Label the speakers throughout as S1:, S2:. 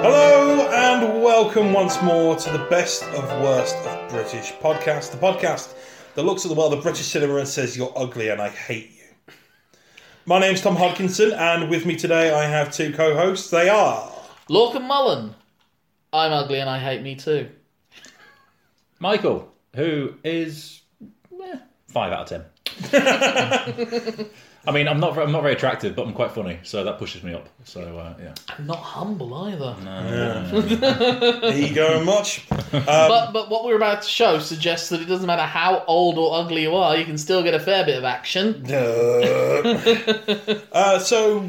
S1: Hello and welcome once more to the best of worst of British podcast, the podcast that looks at the world of British cinema and says you're ugly and I hate you. My name's Tom Hodkinson, and with me today I have two co-hosts. They are
S2: Lorcan Mullen. I'm ugly and I hate me too.
S3: Michael, who is eh, five out of ten. I mean, I'm not I'm not very attractive, but I'm quite funny, so that pushes me up. So uh, yeah,
S2: I'm not humble either.
S1: Um, ego much.
S2: But but what we're about to show suggests that it doesn't matter how old or ugly you are, you can still get a fair bit of action.
S1: uh, so,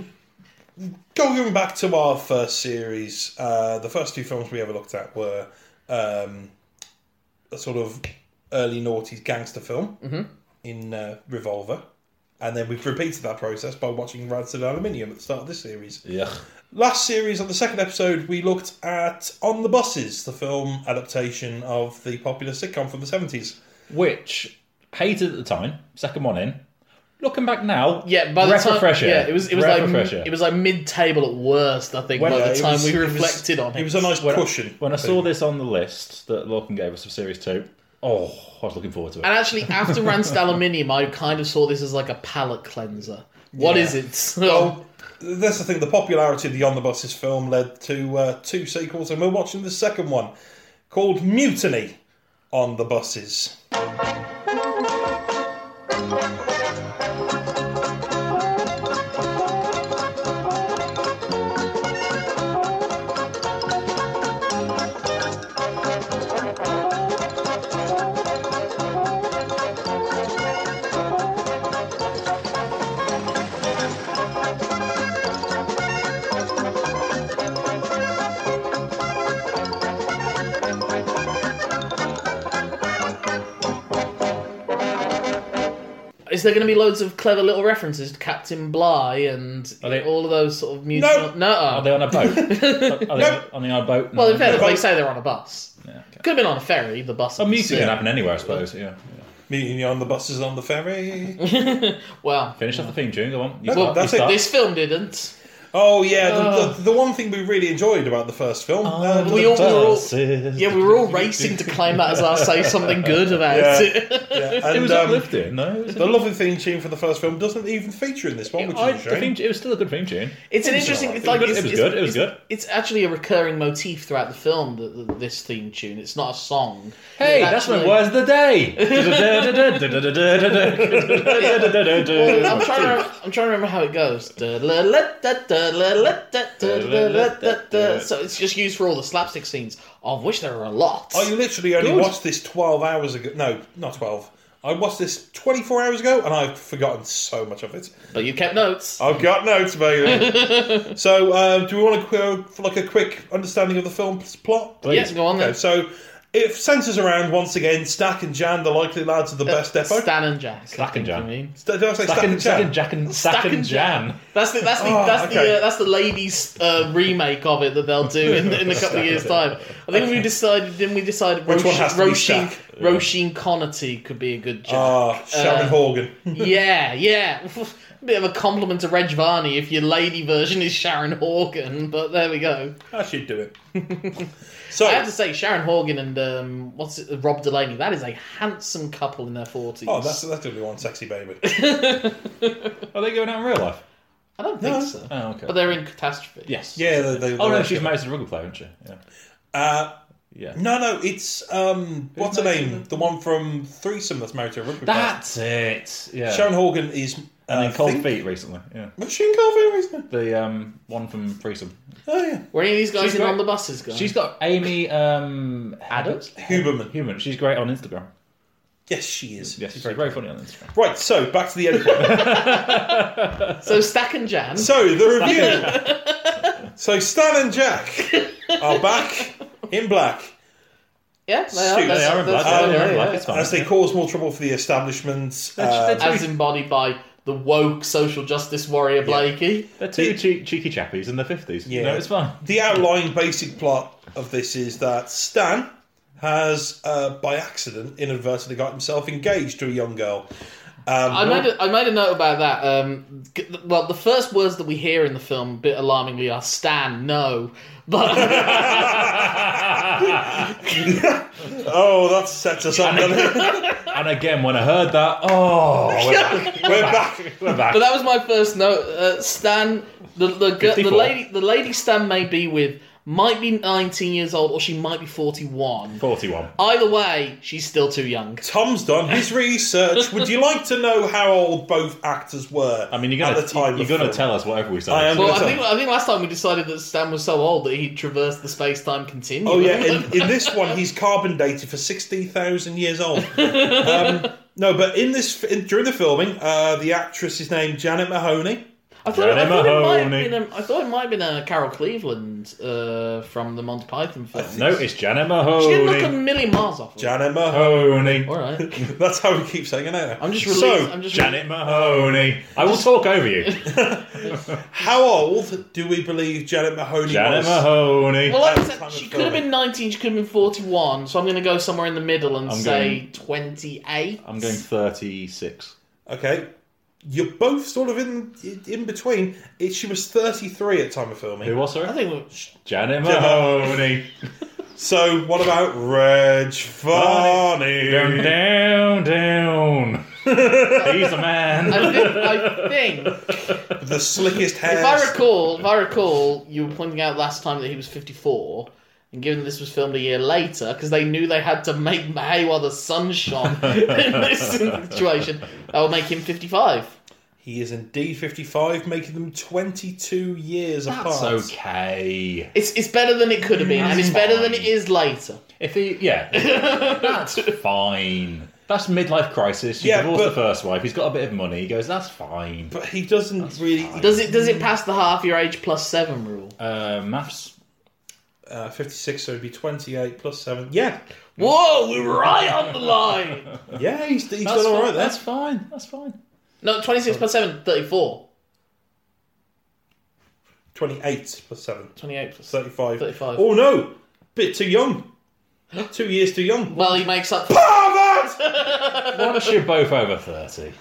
S1: going back to our first series, uh, the first two films we ever looked at were um, a sort of early noughties gangster film
S2: Mm-hmm.
S1: in uh, Revolver. And then we've repeated that process by watching Rancid Aluminium at the start of this series.
S3: yeah.
S1: Last series, on the second episode, we looked at On the Buses, the film adaptation of the popular sitcom from the 70s.
S3: Which hated at the time. Second one in. Looking back now,
S2: Yeah, by the
S3: breath
S2: time
S3: of fresh air.
S2: yeah, it was it was
S3: Breath
S2: like
S3: of fresh air.
S2: it was like mid table at worst. I think
S3: Well,
S2: by
S3: yeah,
S2: the
S3: it
S2: time
S1: was-
S2: we
S1: it was-
S2: reflected on it.
S1: It was a nice
S3: when I-
S1: cushion.
S3: when I saw this on the list that Lorcan gave us for series two. Oh, I was looking forward to it.
S2: and actually, after Rancid Aluminium, I kind of saw this as like a palate cleanser. What
S1: Yeah.
S2: is it? So,
S1: Well, that's the thing. The popularity of the Omnibuses film led to uh, two sequels, and we're watching the second one called Mutiny on the Buses.
S2: is there going to be loads of clever little references to Captain Bligh and
S3: Are they-
S2: all of those sort of music?
S1: No.
S2: no.
S3: Are they on a boat? are, they
S1: Nope.
S3: on, are they on a boat?
S2: Well, in fairness,
S1: but-
S2: they say they're on a bus.
S3: yeah, okay.
S2: Could have been on a ferry. The bus.
S3: a mutiny
S1: Yeah.
S3: can happen anywhere, I suppose. Yeah. yeah.
S1: Mutiny on the Buses on the ferry.
S2: Well,
S3: Finish off the theme tune. Go on. You
S1: No,
S3: start,
S1: that's
S3: you
S1: it.
S3: start.
S2: this film didn't.
S1: Oh yeah, the,
S2: Oh.
S1: the, the one thing we really enjoyed about the first film. uh,
S2: we all-
S3: Buses.
S2: Yeah, we were all racing to claim that as our say something good about
S1: Yeah.
S2: it.
S1: yeah, and,
S3: It was
S1: um,
S3: uplifting. No, it was
S1: the lovely theme tune for the first film doesn't even feature in this one, which
S3: I,
S1: is a
S3: the theme,
S1: shame.
S3: it was still a good theme tune.
S2: It's an
S1: It was
S2: interesting.
S1: alright.
S2: It's like
S3: It was
S2: it's,
S3: good, it was
S2: it's-
S3: good.
S2: It's actually a recurring motif throughout the film. The, the, this theme tune. It's not a song.
S3: Hey,
S2: It
S3: that's my
S2: actually-
S3: words of the day.
S2: I'm trying, to remember, I'm trying to remember how it goes. So it's just used for all the slapstick scenes, of which there are a lot.
S1: I literally only
S3: Good.
S1: watched this twelve hours ago. No, not twelve. I watched this twenty-four hours ago, and I've forgotten so much of it.
S2: But you kept
S3: Oh,
S2: notes.
S1: I've got notes, baby. so, um, do we want to go for like a quick understanding of the film's plot?
S2: Yes, go on
S1: Okay,
S2: then.
S1: so if centres around once again, Stack and Jan, the likely lads of the best depot.
S2: Stan and Jack. I
S3: Stack and
S2: think you
S3: Jack.
S2: mean.
S1: St- did I say Stack, and Jan?
S3: Jack and Stack and Jan.
S2: That's the that's the
S1: Oh,
S2: that's
S1: okay.
S2: the uh, that's the ladies uh, remake of it that they'll do in, in a couple of years time. I think we decided. Didn't we decide
S1: Which one has to be
S2: Roisin
S1: Shaq?
S2: Roisin Connerty could be a good job.
S1: Ah, Sharon
S2: Uh,
S1: Horgan.
S2: yeah, yeah. Bit of a compliment to Reg Varney if your lady version is Sharon Horgan, but there we go.
S1: I should do it. so,
S2: I have to say, Sharon Horgan and um, what's it, Rob Delaney, that is a handsome couple in their 40s.
S1: oh, that's that's gonna be one sexy baby.
S3: Are they going out in real life?
S2: I don't
S1: No.
S2: think so.
S3: Oh, okay.
S2: But they're in Catastrophe.
S3: yes.
S1: Yeah, they, they,
S3: Oh
S1: they-
S3: no, she's married to the rugby player, isn't she? Yeah.
S1: Uh,
S3: Yeah.
S1: no, no, it's um, what's her
S3: married to
S1: name? The one from Threesome that's married to a rugby player.
S3: That's it. Yeah.
S1: Sharon Horgan is. Uh,
S3: and in Cold
S1: think-
S3: Feet recently. Yeah.
S1: Was she in Cold Feet recently?
S3: The um one from Threesome.
S1: Oh yeah.
S2: Were any of these guys
S3: She's
S2: in
S3: great.
S2: on the buses, guys?
S3: She's got Amy um Adams.
S1: Huberman.
S3: Human. She's great on Instagram.
S1: Yes, she is.
S3: Yes, she's very funny on Instagram.
S1: Right, so back to the end.
S2: so Stack and Jan.
S1: So the review. so Stan and Jack are back in black
S2: Yeah, they are.
S1: Shoot,
S2: That's-
S1: they
S3: are
S2: that's-
S3: in black, they
S2: yeah,
S3: are in
S2: yeah,
S3: black,
S2: yeah.
S3: it's fine.
S1: as they cause more trouble for the establishment.
S3: They're-
S1: Uh,
S3: they're
S2: As embodied by the woke social justice warrior Blakey.
S3: They're two cheek, cheeky chappies in their fifties. Yeah,
S1: Yeah.
S3: you know, it's fine.
S1: the outline basic plot of this is that Stan has, uh, by accident, inadvertently got himself engaged to a young girl. Um,
S2: I made a, I made a note about that. Um, g- well, the first words that we hear in the film, a bit alarmingly, are "Stan, no." But
S1: oh, that sets us up. doesn't it?
S3: and again, when I heard that, oh, we're back.
S1: We're back.
S3: We're back.
S2: but that was my first note. Uh, Stan, the the, g- the
S3: 54.
S2: lady, the lady Stan may be with, might be 19 years old, or she might be 41.
S3: 41.
S2: Either way, she's still too young.
S1: Tom's done his research. Would you like to know how old both actors were?
S3: I mean, you're gonna
S1: at the time
S3: you're
S1: of
S3: gonna
S1: film?
S3: tell us whatever we say.
S1: I am
S2: Well,
S1: gonna
S2: I
S1: tell
S2: think I think last time we decided that Stan was so old that he traversed the space time continuum.
S1: Oh yeah, in, in this one he's carbon dated for sixty thousand years old. Um, no, but in this in, during the filming, uh, the actress is named Janet Mahoney.
S2: I thought, I,
S3: Jenny
S2: thought it might have
S3: Mahoney.
S2: been a, I thought it might have been a Carol Cleveland uh, from the Monty Python film.
S1: Uh,
S3: Notice Janet
S2: She didn't look a
S3: Mahoney.
S2: million miles off. Her.
S1: Janet Mahoney.
S3: Mahoney.
S2: All right,
S1: That's how we keep saying it now.
S2: I'm just relieved.
S1: so.
S2: I'm just
S3: Janet Mahoney. I will talk over you.
S1: How old do we believe Janet Mahoney
S3: Janet
S1: was?
S3: Mahoney.
S2: Well, like I
S1: At the time
S2: said,
S1: of
S2: she could have
S1: filming.
S2: been 19. She could have been 41. So I'm going to go somewhere in the middle and
S3: I'm
S2: say
S3: going-
S2: 28.
S3: I'm going 36.
S1: Okay, you're both sort of in in between. It, she was thirty three at time of
S3: Who
S1: filming.
S3: was
S2: I
S3: her?
S2: think we're,
S3: Janet Mahoney.
S1: So what about Reg Varney?
S3: down, down, down. He's a man.
S2: I think, I think
S1: The slickest hair.
S2: if I recall, if I recall, you were pointing out last time that he was 54. And given this was filmed a year later, because they knew they had to make hay while the sun shone in this situation, that will make him 55.
S1: He is indeed 55, making them 22 years
S3: That's
S1: apart.
S3: okay.
S2: It's, it's better than it could have been, and it's better than it is later.
S3: If he, yeah, that's fine. That's midlife crisis. You
S1: Yeah,
S3: divorced
S1: but-
S3: the first wife. He's got a bit of money. He goes, that's fine.
S1: But he doesn't really.
S2: Does it does it pass the half your age plus seven rule?
S3: Uh, maths.
S1: Uh, 56, so he'd be 28 plus 7. Yeah.
S2: Whoa, we were right on the line.
S1: Yeah, he's, he's done
S3: That's fine.
S1: alright there.
S3: That's fine. That's fine.
S2: No, 26 plus 7, 34.
S1: 28 plus 7.
S2: 28 plus 7.
S1: 35.
S2: 35.
S1: Oh no! Bit too young. Two years too young.
S2: Well, he makes up.
S1: Ah, that!
S3: Once you're both over 30.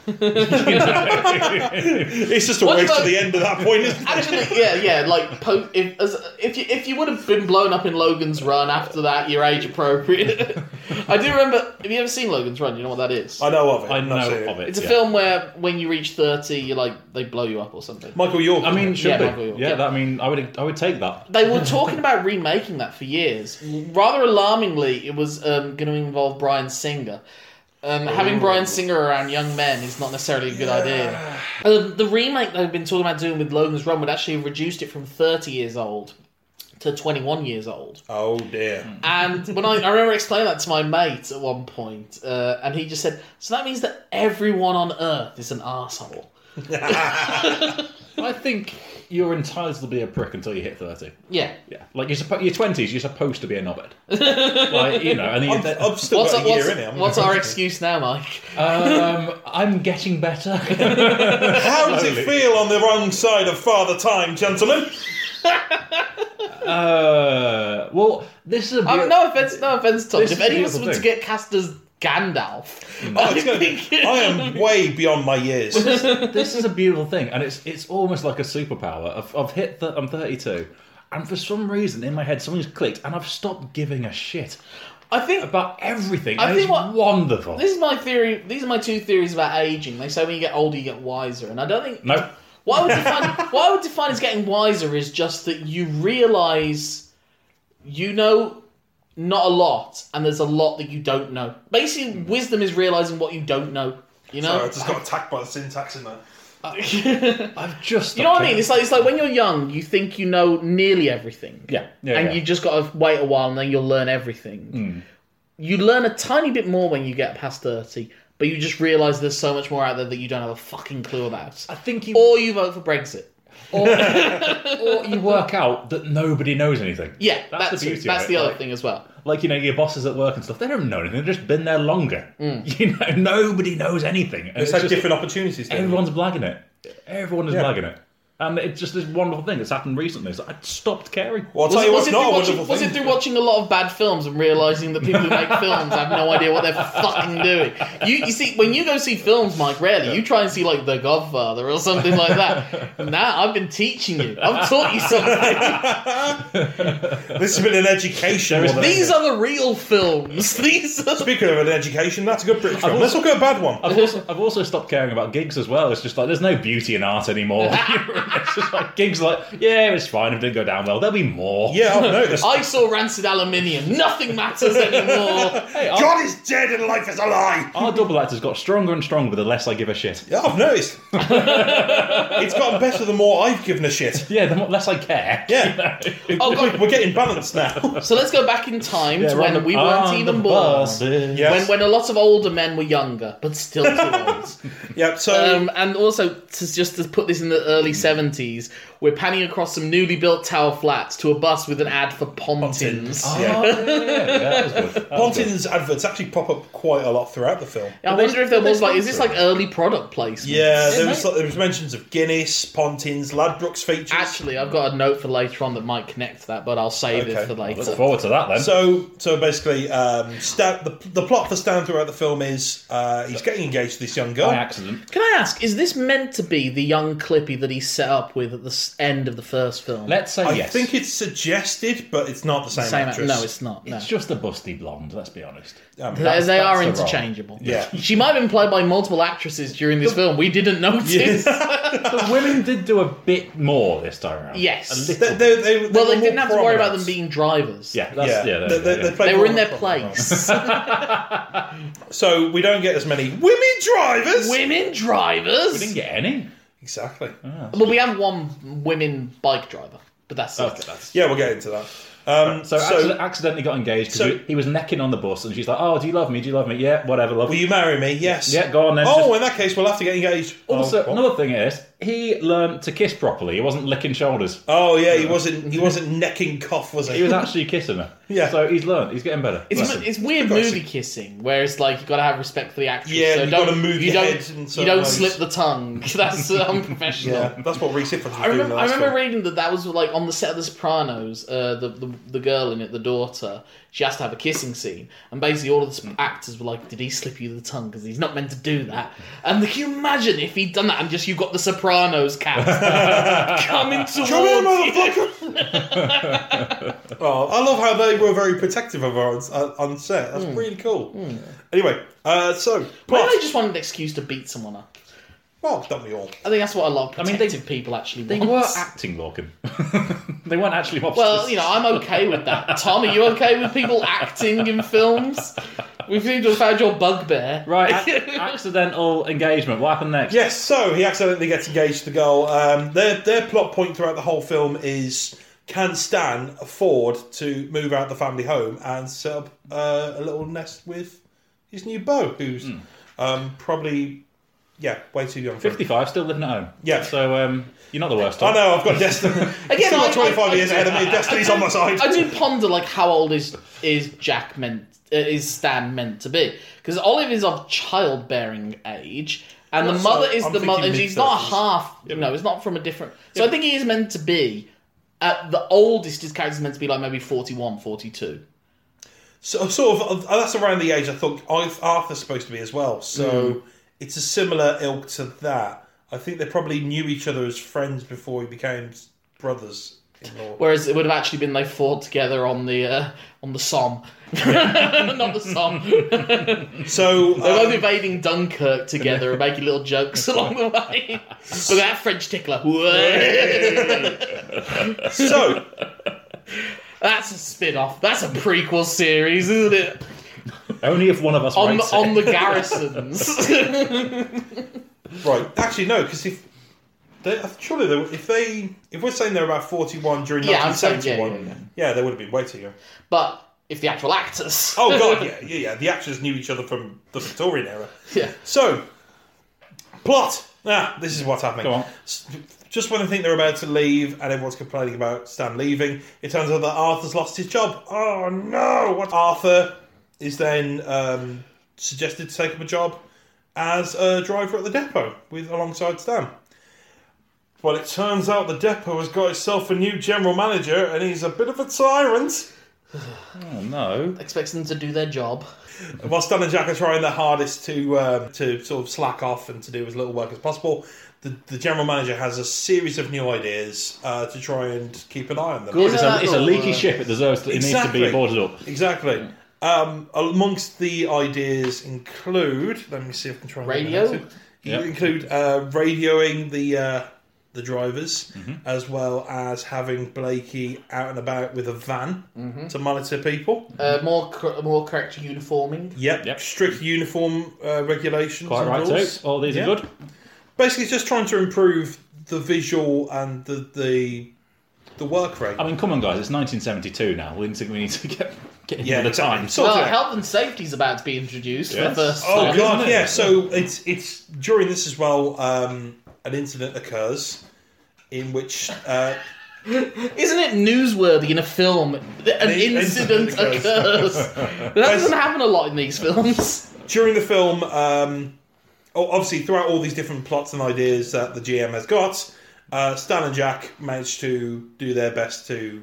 S1: It's just a
S2: What
S1: race
S2: about-
S1: to the end at that point, isn't it?
S2: Actually, yeah, yeah. Like, po- if as, if you if you would have been blown up in Logan's Run after that, you're age appropriate. I do remember. Have you ever seen Logan's Run? You know what that is.
S1: I know of it.
S3: I know
S1: I've seen
S3: of it.
S2: It's a
S3: yeah.
S2: film where when you reach thirty, you like they blow you up or something.
S1: Michael York.
S3: I mean, should
S2: Yeah,
S3: we?
S2: Michael York,
S3: yeah,
S2: yeah.
S3: That, I mean, I would, I would take that.
S2: They were talking about remaking that for years. Rather alarmingly, it was um, going to involve Brian Singer. Um, having Brian Singer around young men is not necessarily a good idea. Um, the remake they've been talking about doing with Logan's Run would actually have reduced it from 30 years old to 21 years old.
S1: oh dear.
S2: Hmm. And when I, I remember explaining that to my mate at one point, uh, and he just said, "So that means that everyone on Earth is an asshole."
S3: I think you're entitled to be a prick until you hit 30.
S2: Yeah.
S3: Yeah. Like, you're, suppo- you're 20s, you're supposed to be a knobhead. like, you know, and then
S1: I'm,
S3: you're...
S1: I've still
S2: What's,
S1: got a year in it.
S2: what's,
S1: I'm
S2: what's
S1: gonna-
S2: our excuse now, Mike?
S3: Um, I'm getting better.
S1: How does it
S3: Slowly.
S1: feel on the wrong side of Father Time, gentlemen?
S3: uh, well, this is a
S2: Um,
S3: beau-
S2: no offense, no offense, Tom.
S3: This
S2: If
S3: is a
S2: any of us
S3: beautiful
S2: were to
S3: thing.
S2: get cast as Gandalf,
S1: Oh, it's gonna be- I am way beyond my years.
S3: this is a beautiful thing, and it's it's almost like a superpower. I've, I've hit. Th- I'm 32, and for some reason in my head something's clicked, and I've stopped giving a shit
S2: I think
S3: about everything.
S2: I
S3: and
S2: think
S3: it's
S2: what-
S3: wonderful.
S2: this is my theory. These are my two theories about aging. They say when you get older, you get wiser, and I don't think
S3: No,
S2: What I would define, what I would define as getting wiser is just that you realise you know not a lot, and there's a lot that you don't know. Basically,
S3: Hmm.
S2: wisdom is realising what you don't know. You
S1: Sorry, I
S2: know,
S1: just got attacked by the syntax in there.
S2: you
S3: I've just.
S2: know what
S3: stopped
S2: I mean.
S3: caring.
S2: It's like it's like when you're young, you think you know nearly everything,
S3: yeah, yeah,
S2: and
S3: yeah. Hmm.
S2: you just got to wait a while, and then you'll learn everything. You learn a tiny bit more when you get past thirty, but you just realise there's so much more out there that you don't have a fucking clue about.
S3: I think you or,
S2: Or you vote for Brexit.
S3: or you work out that nobody knows anything.
S2: Yeah, that's,
S3: That's the
S2: it.
S3: beauty of
S2: That's
S3: it,
S2: the other
S3: like-
S2: thing as well.
S3: Like you know, your bosses at work and stuff. They don't know anything. They've just been there longer.
S2: Mm.
S3: You know, nobody knows anything. and
S1: It's
S3: it's
S1: had
S3: just-
S1: different opportunities. don't you?
S3: Everyone's blagging it. Everyone is
S1: Yeah.
S3: blagging it. And it's just this wonderful thing that's happened recently. It's like, I stopped caring.
S1: Well, I'll
S2: Was,
S1: tell
S2: it,
S1: you
S2: was,
S1: what's
S2: it
S1: not a
S2: through
S1: wonderful
S2: watching, was
S1: thing.
S2: it through watching a lot of bad films and realizing that people who make films have no idea what they're fucking doing? You, you see, when you go see films, Mike, rarely you try and see like The Godfather or something like that. Nah, I've been teaching you. I've taught you something.
S1: this has been an education.
S3: There is-
S2: These are the real films. These are.
S1: Speaking of an education, that's a good British film. Let's look at a bad one.
S3: I've also, I've also stopped caring about gigs as well. It's just like there's no beauty in art anymore. it's just like gigs, are like yeah, it's fine. If it didn't go down well, there'll be more.
S1: Yeah, I've noticed.
S2: I saw rancid aluminium. Nothing matters anymore.
S3: Hey, our,
S1: God is dead and life is a lie.
S3: our double actor's got stronger and stronger the less I give a shit.
S1: Yeah, I've noticed. it's gotten better the more I've given a shit.
S3: Yeah, the more, less I care.
S1: Yeah.
S2: Oh,
S1: We-
S2: God.
S1: We're getting balanced now.
S2: So let's go back in time to
S3: Yeah,
S2: when
S3: on-
S2: we weren't
S3: on
S2: even
S3: the
S2: born.
S3: buses.
S1: Yeah.
S2: When, when a lot of older men were younger, but still too old.
S1: Yeah, so
S2: Um, and also, to, just to put this in the early 70s, we're panning across some newly built tower flats to a bus with an ad for Pontins.
S1: Pontins.
S3: Yeah. Oh, yeah, yeah, yeah, that was good. That was good.
S1: Pontin's adverts actually pop up quite a lot throughout the film.
S2: I
S3: they-
S2: wonder if there
S3: they
S2: was like, is this
S3: sponsor
S2: like early product placement?
S1: Yeah, there
S3: Yeah,
S1: was,
S3: mate.
S1: there was mentions of Guinness, Pontins, Ladbrokes features.
S2: Actually, I've got a note for later on that might connect to that, but I'll save
S1: Okay.
S2: it for
S3: I
S2: later.
S3: Look forward to that then.
S1: So, so basically, um, Stan, the, the plot for Stan throughout the film is uh, he's getting engaged to this young
S3: By
S1: girl.
S3: accident.
S2: Can I ask, is this meant to be the young Clippy that he set up with at the s- end of the first film?
S3: Let's say
S1: I
S3: yes.
S1: think it's suggested, but it's not the same,
S2: Same
S1: actress.
S2: No, it's not. No.
S3: it's just a busty blonde. Let's be honest.
S1: Um,
S2: They-
S3: that's-
S2: they are
S3: that's the role.
S2: interchangeable.
S1: Yeah.
S2: She might have been played by multiple actresses during this film. We didn't notice.
S3: The women did do a bit more this time around.
S2: Yes.
S3: A little
S1: they, they, they,
S2: well,
S1: were
S2: they didn't
S1: more
S2: have to worry about
S1: prominent.
S2: them being drivers.
S3: Yeah, that's,
S1: Yeah,
S3: yeah.
S1: yeah, they,
S3: there you go,
S1: they,
S3: yeah.
S1: they played
S2: They were in
S1: more
S2: their
S1: prominent.
S2: place.
S1: So we don't get as many women drivers.
S2: women
S3: We didn't
S2: drivers?
S3: get any.
S1: Exactly.
S2: Well, we have one women bike driver, but that's
S3: Okay,
S2: it.
S3: that's.
S1: Yeah, we'll get into that. Um,
S3: So,
S1: so,
S3: accident- accidentally got engaged because
S1: So-
S3: he was necking on the bus, and she's like, "Oh, do you love me? Do you love me? Yeah, whatever, love
S1: will
S3: you."
S1: you marry me? Yes.
S3: Yeah, go on then.
S1: Oh,
S3: Just-
S1: in that case, we'll have to get engaged.
S3: Also,
S1: oh,
S3: another thing is he learned to kiss properly. He wasn't licking shoulders.
S1: oh yeah, he wasn't. He wasn't necking cough, was he?
S3: He was actually kissing her.
S1: Yeah.
S3: So he's learned. He's getting better.
S2: It's,
S3: Bless him.
S2: it's weird
S1: Progressive.
S2: movie kissing, where it's like you got to have respect for the actress.
S1: Yeah,
S2: so
S1: you
S2: don't,
S1: gotta move
S2: you
S1: your
S2: don't,
S1: head in
S2: You
S1: certain
S2: don't
S1: ways.
S2: slip the tongue. That's uh, unprofessional.
S1: yeah, that's what Reese Ifrans was
S2: I
S1: doing. in
S2: remember, I
S1: the last
S2: remember
S1: film.
S2: reading that that was like on the set of The Sopranos. Uh, the, the the girl in it, the daughter, she has to have a kissing scene, and basically all of the
S3: Hmm.
S2: sp- actors were like, "Did he slip you the tongue? Because he's not meant to do that." And can you imagine if he'd done that and just you got the Sopranos cast coming towards
S1: Come here,
S2: you?
S1: motherfucker! oh, I love how they were very protective of her on, uh, on set. That's really cool. Anyway, uh, so
S2: Maybe
S1: plot.
S2: they just wanted an excuse to beat someone up.
S1: Well, don't we all?
S2: I think that's what a lot of
S3: mean,
S2: protective
S3: they-
S2: people actually
S3: they
S2: want.
S3: were acting, Lorcan. they weren't actually mobsters.
S2: well, you know, I'm okay with that. Tom, are you okay with people acting in films? We seem to have found your bugbear.
S3: right? ac- accidental engagement. What happened next?
S1: Yes. So he accidentally gets engaged to the girl. Um, their their plot point throughout the whole film is: Can Stan afford to move out the family home and set up uh, a little nest with his new beau, who's um, probably yeah, way too young for him.
S3: Fifty-five, still living at home.
S1: Yeah. Oh,
S3: So um, you're not the worst.
S1: I
S3: Tom.
S1: know I've got destiny.
S2: Again,
S1: Still
S2: I-
S1: got twenty
S2: I-
S1: five
S2: I-
S1: years ahead of me. Destiny's on my side.
S2: I do ponder like how old is is Jack meant uh, is Stan meant to be because Olive is of childbearing age and the
S1: Well, so
S2: mother is
S1: I'm
S2: the
S1: thinking
S2: mother. and She's not a
S1: mid-thirties.
S2: half. no, it's not from a different. So I think he is meant to be. At the oldest, his character's meant to be like maybe 41, 42.
S1: So, sort of, uh, that's around the age I thought Arth- Arthur's supposed to be as well. So
S2: Hmm.
S1: it's a similar ilk to that. I think they probably knew each other as friends before we became s- brothers. in law.
S2: Whereas it would have actually been they fought together on the uh, on the Somme, not the Somme.
S1: So,
S2: They're both
S1: um,
S2: invading Dunkirk together and making little jokes along the way. Look at that French tickler.
S1: so
S2: That's a spin-off. That's a prequel series, isn't it?
S3: Only if one of us
S2: On the,
S3: writes
S2: on the
S3: it.
S2: garrisons.
S1: right, actually, no, because if they, uh, surely they, were- if they if we're saying they're about forty one during
S2: Yeah, I'm
S1: nineteen
S2: saying,
S1: seventy
S2: yeah,
S1: one,
S2: yeah,
S1: yeah, they would have been way too young.
S2: but if the actual actors.
S1: Oh god, yeah, yeah, yeah. The actors knew each other from the Victorian era.
S2: yeah.
S1: So, plot. Ah, this is what's happening.
S3: Go on.
S1: S- Just when I think they're about to leave and everyone's complaining about Stan leaving, it turns out that Arthur's lost his job. Oh no! What? Arthur is then um, suggested to take up a job as a driver at the depot with alongside Stan. Well, it turns out the depot has got itself a new general manager, and he's a bit of a tyrant.
S3: Oh no.
S2: Expects them to do their job.
S1: While Stan and Jack are trying their hardest to um, to sort of slack off and to do as little work as possible, the, the general manager has a series of new ideas uh, to try and keep an eye on them.
S3: Good. It's a,
S2: that
S3: it's a
S2: not
S3: leaky
S2: work?
S3: ship. It deserves. To, it
S1: Exactly.
S3: needs to be boarded up.
S1: Exactly. Um, amongst the ideas include, let me see if I can try and
S2: Radio?
S1: remember it. You
S3: Yep.
S1: include uh, radioing the uh, the drivers,
S3: Mm-hmm.
S1: as well as having Blakey out and about with a van to monitor people.
S2: Uh, more cor- more correct uniforming.
S1: Yep.
S3: Yep.
S1: Strict uniform uh, regulations.
S3: Quite
S1: and
S3: right too.
S1: rules.
S3: All these
S1: Yeah.
S3: are good.
S1: Basically, it's just trying to improve the visual and the the, the work rate.
S3: I mean, come on, guys. It's 1972 now. We need to, we need to get get
S1: Yeah,
S3: yeah, the
S1: exactly.
S3: times.
S1: So-
S2: Well,
S1: Okay.
S2: health and safety's about to be introduced for the
S3: Yes.
S2: first
S1: Oh
S2: time.
S1: god,
S3: isn't it?
S1: yeah. So it's it's during this as well. Um, an incident occurs in which uh,
S2: Isn't it newsworthy in a film that an
S1: The
S2: incident
S1: incident
S2: occurs? that doesn't happen a lot in these films.
S1: during the film, um, oh, obviously throughout all these different plots and ideas that the GM has got, uh, Stan and Jack manage to do their best to.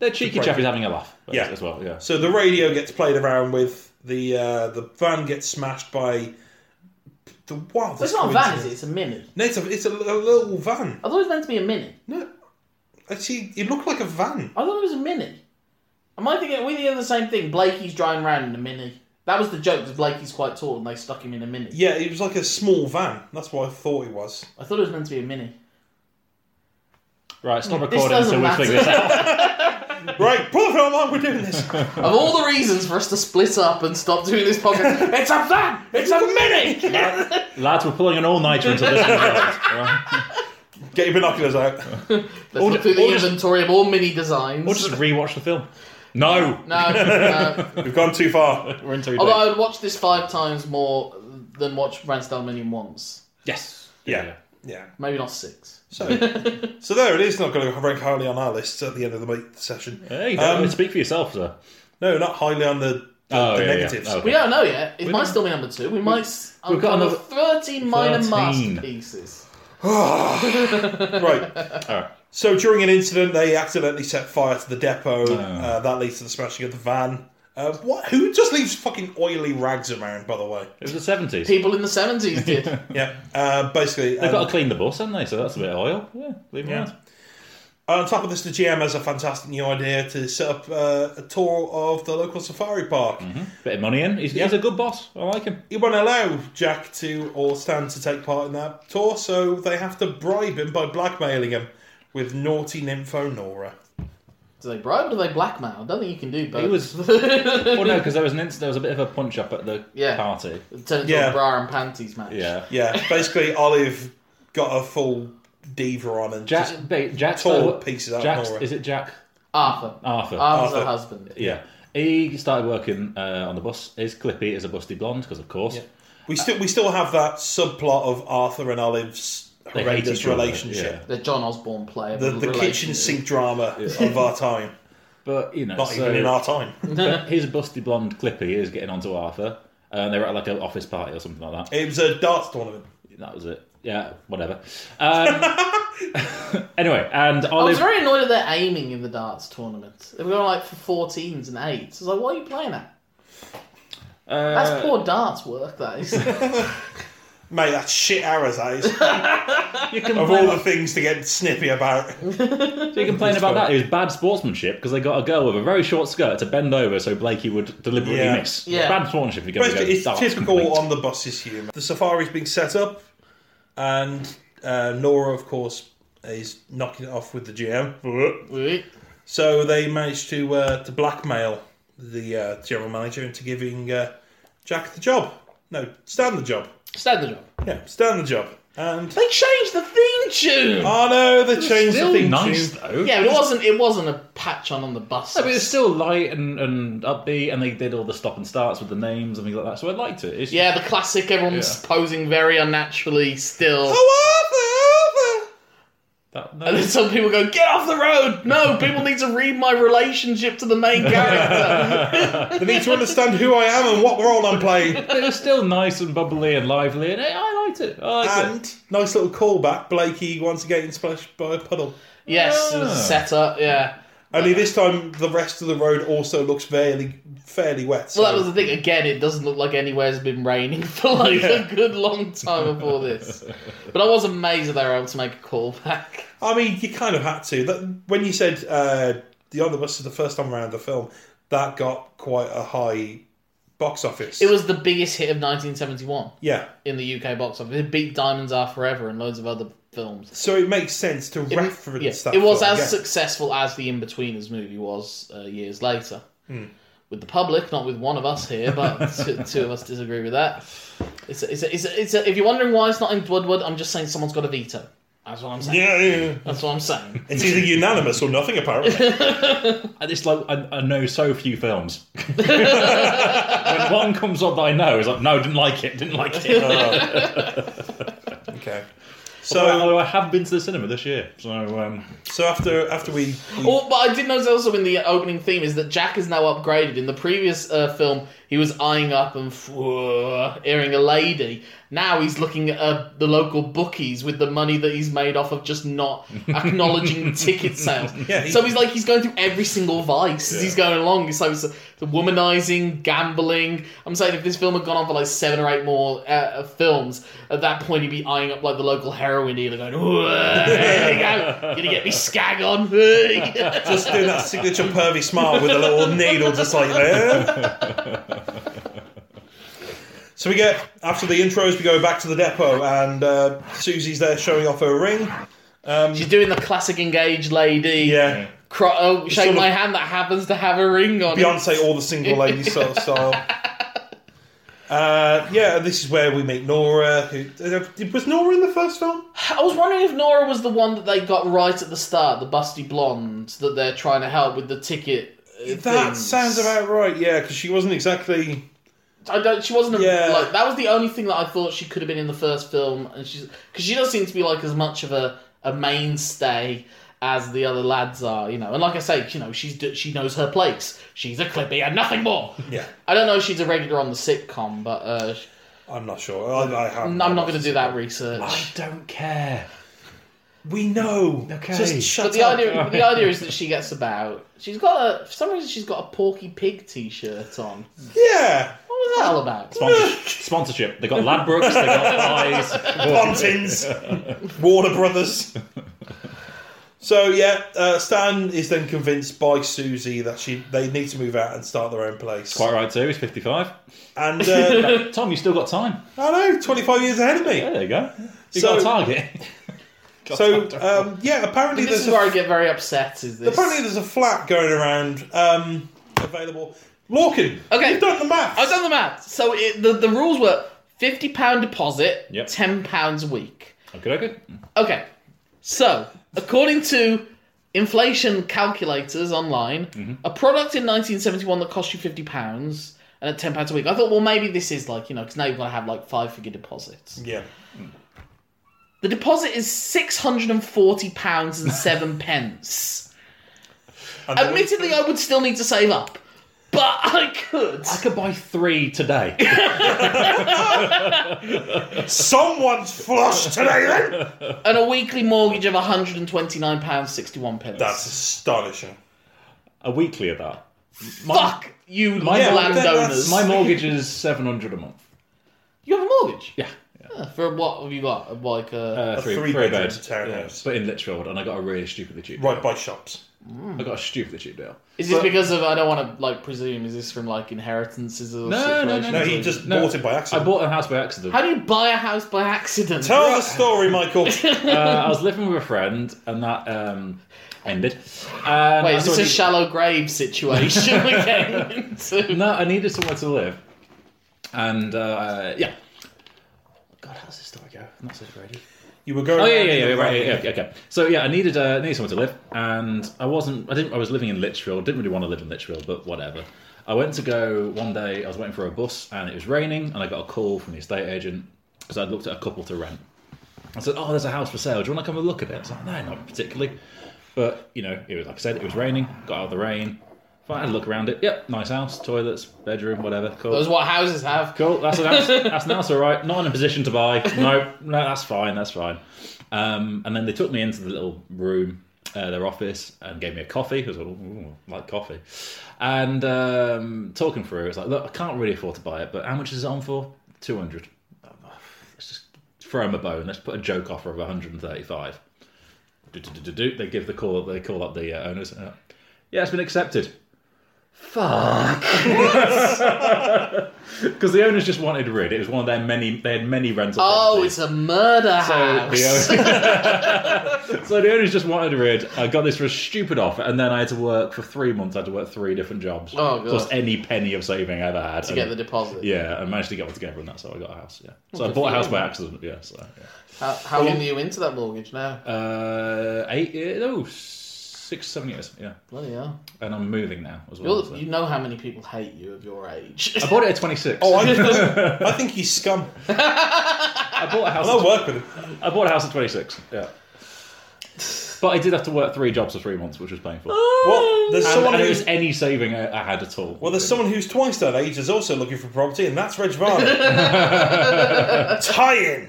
S3: They're cheeky
S1: Right.
S3: chap is having a laugh.
S1: Yeah.
S3: As well. Yeah.
S1: So the radio gets played around with. The uh, the van gets smashed by the wildest.
S2: It's not a van, is it?
S1: coincidence.
S2: It's a mini.
S1: No, it's a, it's a, a little van.
S2: I thought it was meant to be a mini.
S1: No, actually, it looked like a van.
S2: I thought it was a mini. Am I thinking? Are we thinking of the same thing? Blakey's driving around in a mini. That was the joke. Because Blakey's quite tall, and they stuck him in a mini.
S1: Yeah, it was like a small van. That's what I thought it was.
S2: I thought it was meant to be a mini.
S3: Right. Stop
S2: This
S3: recording
S2: doesn't
S3: until we
S2: matter.
S3: figure this out.
S1: Right, pull the film on, we're doing this.
S2: of all the reasons for us to split up and stop doing this podcast, it's a van. It's a mini.
S3: Lads, we're pulling an all-nighter until this comes out. Right?
S1: Get your binoculars out.
S2: Let's
S3: Or
S2: look through
S3: ju-
S2: the
S3: or just-
S2: inventory of all mini designs.
S3: Or just rewatch the film. No.
S2: no, no.
S1: We've gone too far.
S3: We're in too
S2: Although
S3: deep.
S2: I would watch this five times more than watch Ransdale Million once.
S3: Yes.
S1: Yeah. Yeah.
S2: Maybe not six.
S1: So, so there it is. Not going to rank highly on our list at the end of the week session.
S3: There you
S1: Um,
S3: go. speak for yourself, sir.
S1: No, not highly on the, the,
S3: Oh,
S1: the
S3: yeah, yeah.
S1: negatives.
S3: Oh.
S2: We don't know yet. It
S3: We
S2: might
S3: don't-
S2: still be number two. We might. s-
S3: We've got
S2: uncover
S3: another-
S2: 13 minor
S3: 13.
S2: masterpieces.
S1: Right.
S3: All right.
S1: So during an incident, they accidentally set fire to the depot.
S3: Oh.
S1: Uh, that leads to the smashing of the van. Uh, what? Who just leaves fucking oily rags around? By the way.
S3: It was the seventies. They've
S2: People in the 70s did.
S1: Yeah. Uh, basically, um,
S3: got to clean the bus, haven't they? So that's a bit of oil. Yeah, leave it
S1: Yeah.
S3: around.
S1: on top of this, the GM has a fantastic new idea to set up uh, a tour of the local safari park.
S3: Bit of money in. He's, he's a good boss. I like him.
S1: he won't allow Jack to or Stan to take part in that tour, so they have to bribe him by blackmailing him with naughty nympho Nora.
S2: Do they bribe or do they blackmail? I don't think you can do both.
S3: He was. well, no, because there was an incident. There was a bit of a punch up at the
S2: Yeah.
S3: party.
S2: Turn into
S1: Yeah.
S2: a bra and panties match.
S3: Yeah.
S1: Yeah, basically Olive got a full diva on and
S3: Jack.
S1: just
S3: ba- Jack's
S1: tore
S3: the-
S1: pieces out of
S3: Jack's,
S1: Nora.
S3: Is it Jack
S2: Arthur.
S3: Arthur?
S2: Arthur's the
S1: Arthur.
S2: husband.
S3: yeah. He started working uh, on the bus. His Clippy is a busty blonde, because of course.
S1: we still we still have that subplot of Arthur and Olive's
S3: They hate
S1: horrendous
S3: each other,
S1: relationship.
S3: yeah.
S2: The John Osborne player.
S1: The, the kitchen sink drama of our time.
S3: But you know,
S1: Not
S3: so-
S1: even in our time.
S3: but his busty blonde Clippy is getting onto Arthur, and they were at like an office party or something like that.
S1: It was a darts tournament.
S3: That was it. Yeah, whatever. Um, anyway, and
S2: I was
S1: Oh,
S3: Olive.
S2: very annoyed at their aiming in the darts tournament. They were going like for 14s and 8s. I was like, what are you playing at?
S3: uh,
S2: That's poor darts work, that is.
S1: Mate, that's shit arrows, that is.
S3: You can
S1: of all
S3: complain,
S1: the things to get snippy about.
S3: you complain about that. It was bad sportsmanship because they got a girl with a very short skirt to bend over so Blakey would deliberately
S1: Yeah.
S3: miss.
S2: Yeah.
S3: Bad sportsmanship. If you're going
S1: Basically,
S3: to
S1: it's
S3: go, "Oh,
S1: typical um,
S3: complete."
S1: on the bus's humour. The safari's being set up, and uh, Nora, of course, is knocking it off with the GM. So they managed to uh, to blackmail the uh, general manager into giving uh, Jack the job. No, Stan the job.
S2: Stand the job.
S1: Yeah, Stan the job. And
S2: They changed the theme tune.
S1: oh no, they changed the
S3: Still
S1: theme
S3: nice
S1: tune.
S3: though.
S2: yeah, but it wasn't. It wasn't a patch on on the bus.
S3: I mean, it's still light and, and upbeat, and they did all the stop and starts with the names and things like that. So I liked it. It's,
S2: yeah, the classic. Everyone's
S3: Yeah.
S2: posing very unnaturally still.
S1: Oh, Arthur, Arthur.
S3: that,
S2: And then some people go, "Get off the road!" No, people need to read my relationship to the main character.
S1: They need to understand who I am and what role I'm playing.
S3: But it was still nice and bubbly and lively, and I liked it. I liked it.
S1: And nice little callback. Blakey once again splashed by a puddle.
S2: Yes, it was
S3: Ah.
S2: set up. Yeah.
S1: Only this time, the rest of the road also looks fairly fairly wet. So
S2: Well, that was the thing. Again, it doesn't look like anywhere's been raining for like a good long time before this. But I was amazed that they were able to make a callback.
S1: I mean, you kind of had to. That, when you said uh, the omnibus is the first time around the film, that got quite a high box office.
S2: It was the biggest hit of 1971
S1: yeah.
S2: in the UK box office. It beat Diamonds Are Forever and loads of other films.
S1: So it makes sense to
S2: It-
S1: reference
S2: yeah,
S1: that.
S2: It was
S1: film,
S2: as
S1: yeah.
S2: successful as the Inbetweeners movie was uh, years later. With the public, not with one of us here, but two, two of us disagree with that. It's a, it's a, it's a, it's a, if you're wondering why it's not in Woodward, I'm just saying someone's got a veto. That's what I'm saying.
S1: Yeah, yeah.
S2: That's what I'm saying.
S1: It's either unanimous or nothing, apparently.
S3: And it's like I, I know so few films. when one comes up that I know, it's like no, didn't like it, didn't like it.
S1: Uh, okay. So,
S3: Although I have been to the cinema this year, so um,
S1: so after after we, we
S2: Oh, but I did notice also in the opening theme is that Jack is now upgraded. In the previous uh, film, he was eyeing up and f- earing a lady. Now he's looking at uh, the local bookies with the money that he's made off of just not acknowledging ticket sales.
S1: Yeah, he-
S2: so he's like he's going through every single vice as he's going along. So it's the womanizing, gambling. I'm saying if this film had gone on for like seven or eight more uh, uh, films, at that point he'd be eyeing up like the local heroin dealer, going, "There you go, gonna get me skag on."
S1: just do that signature pervy smile with a little needle just like there. So we get after the intros, we go back to the depot, and uh, Susie's there showing off her ring. Um,
S2: She's doing the classic engaged lady.
S1: Yeah,
S2: Cro- oh, shake
S1: sort of-
S2: my hand that happens to have a ring on. it.
S1: Beyonce, all the single ladies sort of style. Uh, yeah, and this is where we meet Nora. Who, uh, was Nora in the first film?
S2: I was wondering if Nora was the one that they got right at the start, the busty blonde that they're trying to help with the ticket. uh,
S1: That
S2: things.
S1: sounds about right. Yeah, because she wasn't exactly.
S2: I don't. She wasn't. A,
S1: Yeah.
S2: Like that was the only thing that I thought she could have been in the first film, and she's because she does seem to be like as much of a a mainstay as the other lads are, you know. And like I say, you know, she's d- she knows her place. She's a clippy and nothing more.
S1: Yeah,
S2: I don't know if she's a regular on the sitcom, but uh, sh-
S1: I'm not sure. I, I have.
S2: I'm not going to do that research.
S3: I don't care.
S1: We know.
S3: Okay.
S1: Just shut
S2: But the
S1: up.
S2: idea, the idea is that she gets about. She's got a for some reason she's got a Porky Pig T-shirt on. What
S1: Yeah.
S2: was that all about?
S3: Sponsor- sponsorship. They got Ladbrokes. They got Eyes.
S1: Pontins, Warner Brothers. So yeah, uh, Stan is then convinced by Susie that she they need to move out and start their own place.
S3: Quite right too. He's fifty-five.
S1: And uh,
S3: Tom, you still got time.
S1: I know, twenty five years ahead of
S3: Yeah,
S1: me.
S3: there you go. You
S1: So-
S3: got a target.
S1: So um, yeah, apparently
S2: This
S1: there's
S2: is
S1: a,
S2: where I get very upset. Is this?
S1: apparently there's a flat going around um, available. Larkin,
S2: Okay.
S1: you've done the math.
S2: I've done the math. So it, the the rules were fifty pound deposit,
S3: Yep.
S2: ten pounds a week.
S3: Okay, okay.
S2: Okay, so according to inflation calculators online, a product in 1971 that cost you fifty pounds and at ten pounds a week, I thought, well, maybe this is like you know, because now you've got to have like five figure deposits.
S1: Yeah,
S2: The deposit is six hundred and forty pounds and seven pence.
S1: And there was-
S2: Admittedly, I would still need to save up, but I could.
S3: I could buy three today.
S1: someone's flush today. Then
S2: And a weekly mortgage of one hundred and twenty nine pounds sixty one pence.
S1: that's astonishing.
S3: a weekly of that.
S2: Fuck you,
S3: Yeah, well,
S1: that's
S2: landowners.
S3: My mortgage is seven hundred a month.
S2: You have a mortgage.
S3: Yeah.
S2: Yeah, For what have you got? Like a
S3: Uh, three,
S1: three
S3: three,
S1: bedroom
S3: bed
S1: townhouse.
S3: but in Litchfield, and I got a really stupidly cheap.
S1: Right by shops.
S3: I got a stupidly cheap deal.
S2: is this
S1: but-
S2: because of? I don't want to like presume. Is this from like inheritances or
S3: No, no, no,
S2: situations?
S1: No,
S3: no,
S1: he just
S3: No.
S1: bought it by
S3: I
S1: accident.
S3: bought a house by accident.
S2: How do you buy a house by accident?
S1: Tell the story, Michael.
S3: uh, I was living with a friend, and that um, ended. Um, And
S2: Wait,
S3: I
S2: is this a
S3: sort of-
S2: shallow grave situation we're getting into?
S3: No, I needed somewhere to live, and uh, yeah. God, how's this story go? I'm not so ready.
S1: You were going.
S3: Oh yeah,
S1: around
S3: yeah,
S1: in
S3: yeah,
S1: the
S3: right,
S1: round.
S3: yeah, yeah, okay, okay. So yeah, I needed uh, needed somewhere to live, and I wasn't. I didn't. I was living in Litchfield. Didn't really want to live in Litchfield, but whatever. I went to go one day. I was waiting for a bus, and it was raining, and I got a call from the estate agent because I'd looked at a couple to rent. I said, "Oh, there's a house for sale. Do you want to come and look at it?" I was like, "No, not particularly," but you know, it was like I said, it was raining. Got out of the rain, Fine, I had a look around it. Yep, nice house, toilets, bedroom, whatever. Cool.
S2: Those what houses have.
S3: Cool. That's an house. that's an house, all right. Not in a position to buy. No, no, that's fine. That's fine. Um, and then they took me into the little room, uh, their office, and gave me a coffee. I was like, "Ooh, I like coffee. And um, talking through, it was like, look, I can't really afford to buy it, but how much is it on for? Two hundred. Let's just throw him a bone. Let's put a joke offer of one hundred and thirty-five. Do-do-do-do-do. They give the call. They call up the uh, owners. Uh, yeah, it's been accepted. Fuck. Because the owners just wanted rid. It was one of their many. They had many rental.
S2: Oh,
S3: properties.
S2: it's a murder
S3: So
S2: house.
S3: the, owners, so the owners just wanted a rid. I got this for a stupid offer, and then I had to work for three months. I had to work three different jobs.
S2: Oh, God.
S3: Plus any penny of saving I ever had.
S2: to get the deposit.
S3: yeah, I managed to get one together, and that's how I got a house. Yeah, so I
S2: good
S3: bought a
S2: for you,
S3: house by
S2: man.
S3: accident. Yeah, so yeah.
S2: How, how long are you into that mortgage now?
S3: Uh, eight, years, oh, six, seven years. Yeah,
S2: Bloody hell.
S3: and I'm moving now as well.
S2: You're,
S3: so. Uh,
S2: you know how many people hate you of your age.
S3: I bought it at 26.
S1: Oh, I, I think he's scum.
S3: I bought a house.
S1: I'll
S3: at
S1: work with him.
S3: I bought a house at 26. Yeah. But I did have to work three jobs for three months, which was painful. And,
S1: Well, there's Oh, someone
S3: and it
S1: who's
S3: was any saving I, I had at all.
S1: well, there's someone who's twice that age is also looking for property, and that's Reg Varney. Tie-in.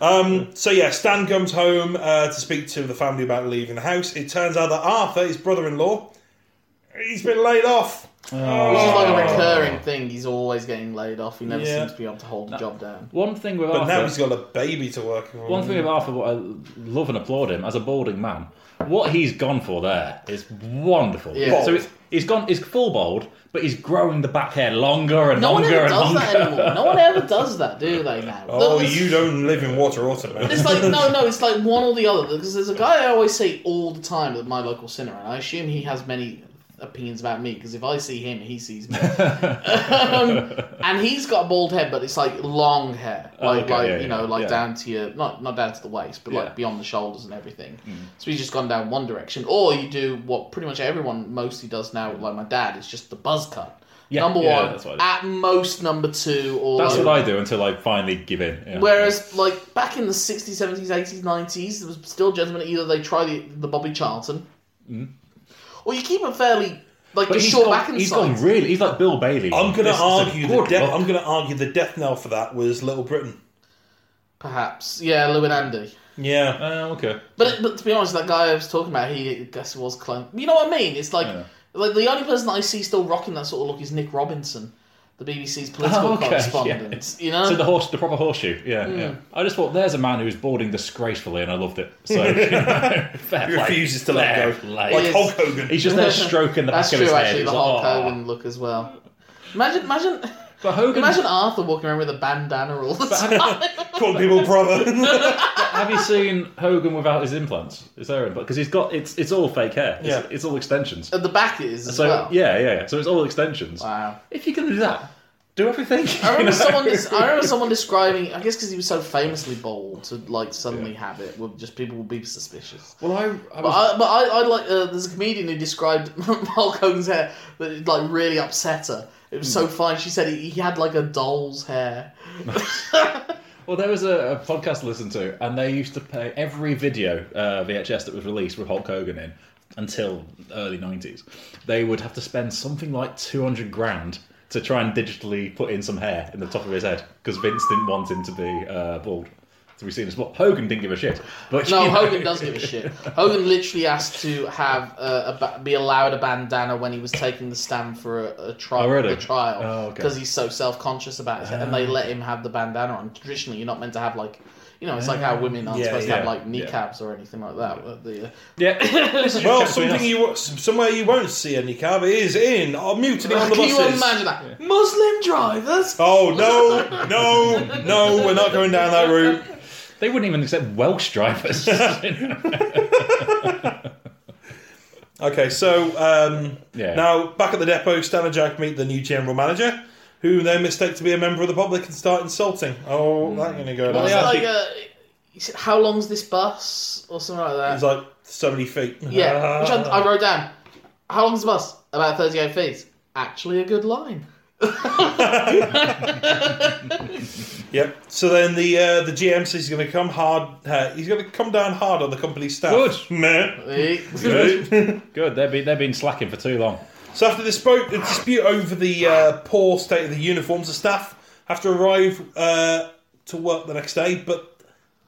S1: Um, so yeah, Stan comes home uh, to speak to the family about leaving the house. It turns out that Arthur, his brother-in-law, he's been laid off.
S2: Which is like a
S3: Oh.
S2: recurring thing. He's always getting laid off. He never
S1: Yeah.
S2: seems to be able to hold a job down.
S3: One thing with
S1: But
S3: Arthur.
S1: now he's got a baby to work on.
S3: One thing with Arthur, what I love and applaud him as a balding man, what he's gone for there is wonderful.
S2: Yeah.
S3: So it's, he's gone, he's full bald, but he's growing the back hair longer and
S2: No one
S3: longer
S2: ever
S3: and
S2: does
S3: longer.
S2: that anymore. No one ever does that, do they now?
S1: Oh,
S2: Look, it's-
S1: you don't live in Water Autumn, man.
S2: It's like no, no. It's like one or the other because there's a guy I always see all the time at my local cinema, and I assume he has many opinions about me because if I see him, he sees me. um, and he's got a bald head, but it's like long hair, like
S3: Oh, okay,
S2: like
S3: yeah,
S2: you know,
S3: yeah,
S2: like
S3: yeah.
S2: down to your not not down to the waist, but
S3: Yeah. Hmm.
S2: like beyond the shoulders and everything. So he's just gone down one direction, or you do what pretty much everyone mostly does now, like my dad, is just the buzz cut.
S3: Yeah,
S2: number
S3: yeah,
S2: one,
S3: that's what I
S2: at most number two, or
S3: That's
S2: like-
S3: what I do until I finally give in. Yeah.
S2: Whereas, like back in the sixties, seventies, eighties, nineties, there was still gentlemen either they try the, the Bobby Charlton, or you keep them fairly like
S3: Mm. but
S2: just
S3: he's
S2: short
S3: gone,
S2: back and
S3: he's
S2: sides.
S3: gone really. He's like Bill Bailey.
S1: I'm gonna
S3: This is a
S1: argue the
S3: good
S1: death.
S3: look.
S1: I'm gonna argue the death knell for that was Little Britain.
S2: perhaps. Yeah, Lou and Andy.
S1: Yeah,
S3: Uh, okay.
S2: But but to be honest, that guy I was talking about, he I guess was clone. You know what I mean? It's like
S3: Yeah.
S2: like the only person that I see still rocking that sort of look is Nick Robinson, the BBC's political
S3: Oh, okay,
S2: correspondent. You know,
S3: So the horse, the proper horseshoe. Yeah,
S2: Hmm.
S3: yeah. I just thought there's a man who's boarding disgracefully, and I loved it. So you know,
S1: he
S3: fair play.
S1: refuses to let
S3: Fair
S1: go,
S3: play.
S1: like
S2: Yes.
S1: Hulk Hogan.
S3: He's just there stroking the
S2: that's
S3: back of his
S2: true.
S3: head.
S2: Actually,
S3: It's
S2: the
S3: like, "Oh."
S2: Hulk
S3: "Aw."
S2: Hogan look as well. Imagine, imagine.
S3: But Hogan,
S2: Imagine Arthur walking around with a bandana all the time.
S1: Call people brother.
S3: have you seen Hogan without his implants? Is there implant? Because he's got it's it's all fake hair. It's,
S1: Yeah.
S3: it's all extensions.
S2: At the back it is as
S3: So
S2: well.
S3: yeah, yeah, yeah. So it's all extensions.
S2: Wow.
S3: If you're gonna do that, do everything.
S2: I remember someone. Des- I remember someone describing. I guess because he was so famously bold to like suddenly have it, would just people would be suspicious.
S3: Well, I, I
S2: But
S3: was
S2: I, but I, I like. Uh, there's a comedian who described Hulk Hogan's hair that it, like really upset her. It was
S3: Hmm.
S2: so fine. She said he, he had like a doll's hair.
S3: Well, there was a, a podcast I listened to, and they used to play every video uh, VHS that was released with Hulk Hogan in until early nineties. They would have to spend something like two hundred grand to try and digitally put in some hair in the top of his head because Vince didn't want him to be uh, bald. To be seen as what Hogan didn't give a shit. But
S2: No,
S3: you know-
S2: Hogan does give a shit. Hogan literally asked to have uh, a ba- be allowed a bandana when he was taking the stand for a, a, tri-
S3: Oh, really?
S2: a trial
S3: Oh, okay. Ah.
S2: he's so self conscious about it, and they let him have the bandana on. Traditionally, you're not meant to have like. You know, it's like how women aren't
S1: Yeah,
S2: supposed
S1: yeah,
S2: to have like
S3: Ah. yeah.
S2: kneecaps or anything like that. but the, uh,
S3: Yeah. This is your
S1: well,
S3: chance to
S1: something
S3: be honest.
S1: you won't- somewhere you won't see any cab is in or mutiny on the
S2: can you
S1: buses.
S2: imagine that? Muslim drivers?
S1: Oh no, no, no! We're not going down that route.
S3: They wouldn't even accept Welsh drivers. yeah.
S1: Okay, so um,
S3: Yeah.
S1: now back at the depot, Stan and Jack meet the new general manager, who they mistake to be a member of the public and start insulting. Oh, that going to go
S2: Was it
S1: down.
S2: like uh he said, how long's this bus or something like that?
S1: It's like so many feet.
S2: Yeah, which I,
S3: Ah.
S2: I wrote down. How long's the bus? About 38 feet. Actually, a good line.
S1: Yep. So then the uh, the GM says he's going to come hard. Uh, he's going to come down hard on the company staff.
S3: Good.
S1: Meh.
S2: Eh?
S3: Good. Good. They've been, they've been slacking for too long.
S1: So after this boat, a dispute over the uh, poor state of the uniforms, the staff have to arrive uh, to work the next day, but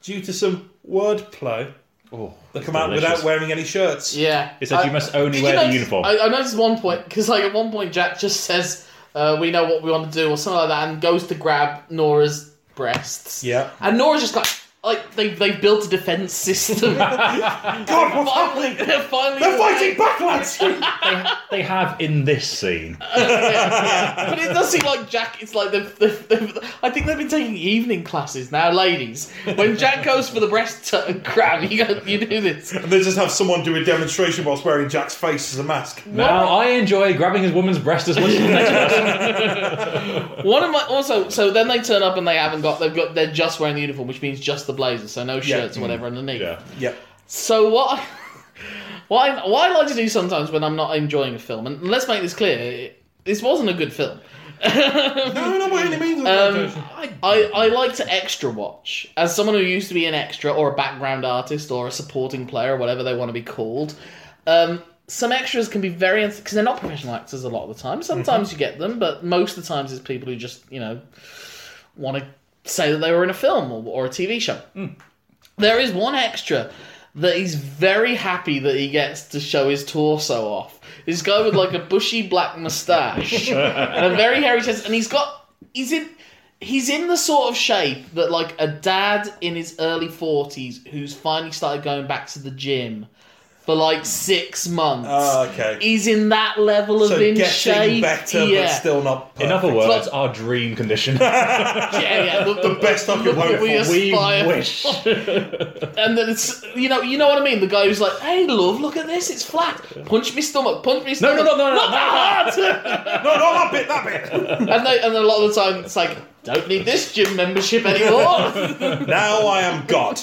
S1: due to some wordplay,
S3: Oh,
S1: they come out
S3: delicious.
S1: without wearing any shirts.
S2: Yeah.
S3: It says
S2: I-
S3: you must only
S2: Did
S3: wear
S2: you
S3: the
S2: notice-
S3: uniform.
S2: I, I noticed one point because, like, at one point Jack just says, uh, "We know what we want to do" or something like that, and goes to grab Nora's breasts.
S1: Yeah.
S2: And Nora's just like, like they they built a defense system.
S1: God, what's
S2: finally,
S1: happening?
S2: they're finally
S1: They're fighting back, lads!
S3: they have in this scene.
S2: But it does seem like Jack. It's like they've, they've, they've, I think they've been taking evening classes now, ladies. When Jack goes for the breast t- grab, you go, you do this.
S1: and they just have someone do a demonstration whilst wearing Jack's face as a mask.
S3: Now
S2: Oh.
S3: I enjoy grabbing his woman's breast as much as the next person.
S2: One of my also so then they turn up and they haven't got they've got they're just wearing the uniform, which means just the blazer, so no
S1: Yeah. Mm.
S2: shirts or whatever underneath.
S3: Yeah.
S1: Yeah.
S2: So what? I, what I, what I like to do sometimes when I'm not enjoying a film, and let's make this clear, it- this wasn't a good film.
S1: No, no, by any means.
S2: Um, I, I like to extra watch. As someone who used to be an extra or a background artist or a supporting player or whatever they want to be called, um, some extras can be very. Because they're not professional actors a lot of the time.
S1: Mm-hmm.
S2: Sometimes you get them, but most of the times it's people who just, you know, want to say that they were in a film or, or a TV show.
S1: Hmm.
S2: There is one extra that he's very happy that he gets to show his torso off. This guy with like a bushy black mustache and a very hairy chest, and he's got he's in he's in the sort of shape that like a dad in his early forties who's finally started going back to the gym for like six months.
S1: Ah, okay.
S2: He's in that level of
S1: so
S2: in
S1: getting
S2: shape.
S1: better,
S2: yeah.
S1: but still not perfect.
S3: In other words, our dream condition.
S2: yeah, yeah. The, the
S1: best I could
S2: look
S1: hope
S2: that we
S1: for.
S3: we
S2: aspire for.
S3: wish.
S2: and then it's you know you know what I mean. The guy who's like, "Hey, love, look at this. It's flat. Punch me stomach. Punch me
S3: No,
S2: stomach.
S3: no, no, no, no,
S2: Not
S3: no.
S2: that hard."
S1: No, not that bit, that bit.
S2: and they, and a lot of the time it's like, "Don't need this gym membership anymore."
S1: now I am God.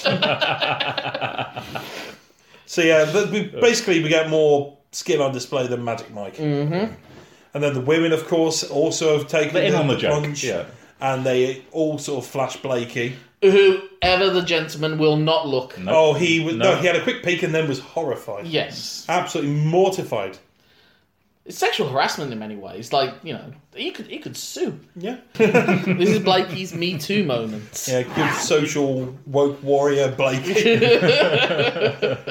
S1: so yeah, but we, basically we get more skill on display than Magic Mike. Mm-hmm. And then the women, of course, also have taken
S3: They're in on the joke,
S1: plunge,
S3: yeah.
S1: And they all sort of flash Blakey.
S2: Whoever the gentleman will not look.
S1: Oh, he was no.
S3: No.
S1: He had a quick peek and then was horrified.
S2: Yes,
S1: Absolutely mortified.
S2: it's sexual harassment in many ways. Like you know, you could you could sue.
S1: Yeah.
S2: This is Blakey's Me Too moment.
S1: Yeah, good social woke warrior Blakey,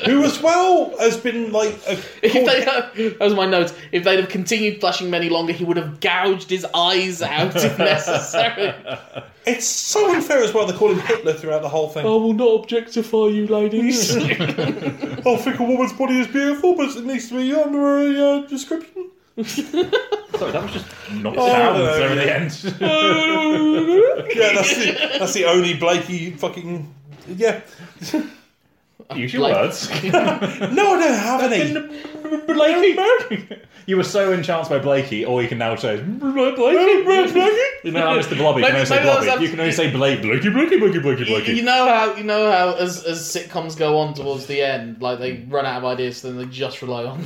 S1: who as well has been like a
S2: If they, that was my notes. If they'd have continued flashing many longer, he would have gouged his eyes out if necessary.
S1: It's so unfair as well. They call him Hitler throughout the whole thing.
S3: Oh.
S2: I will not objectify you, ladies.
S1: I Oh, think a woman's body is beautiful, but it needs to be under a uh, description.
S3: Sorry, that was just not
S1: Oh,
S3: sounds
S1: no, yeah.
S3: there at the end.
S1: Yeah, that's the that's the only Blakey fucking. Yeah,
S3: Use your
S2: Like-
S3: words.
S1: no, I don't have any.
S3: Blakey. you were so enchanced by Blakey, all you can now say is Blakey. You know, I miss the Blobby. You
S2: Maybe- maybe that was
S3: can only say Blobby.
S2: after-
S3: You can only say Blake. Blakey, Blakey, Blakey, Blakey,
S2: you, you
S3: Blakey.
S2: know how you know how as, as sitcoms go on towards the end, like they run out of ideas, so then they just rely on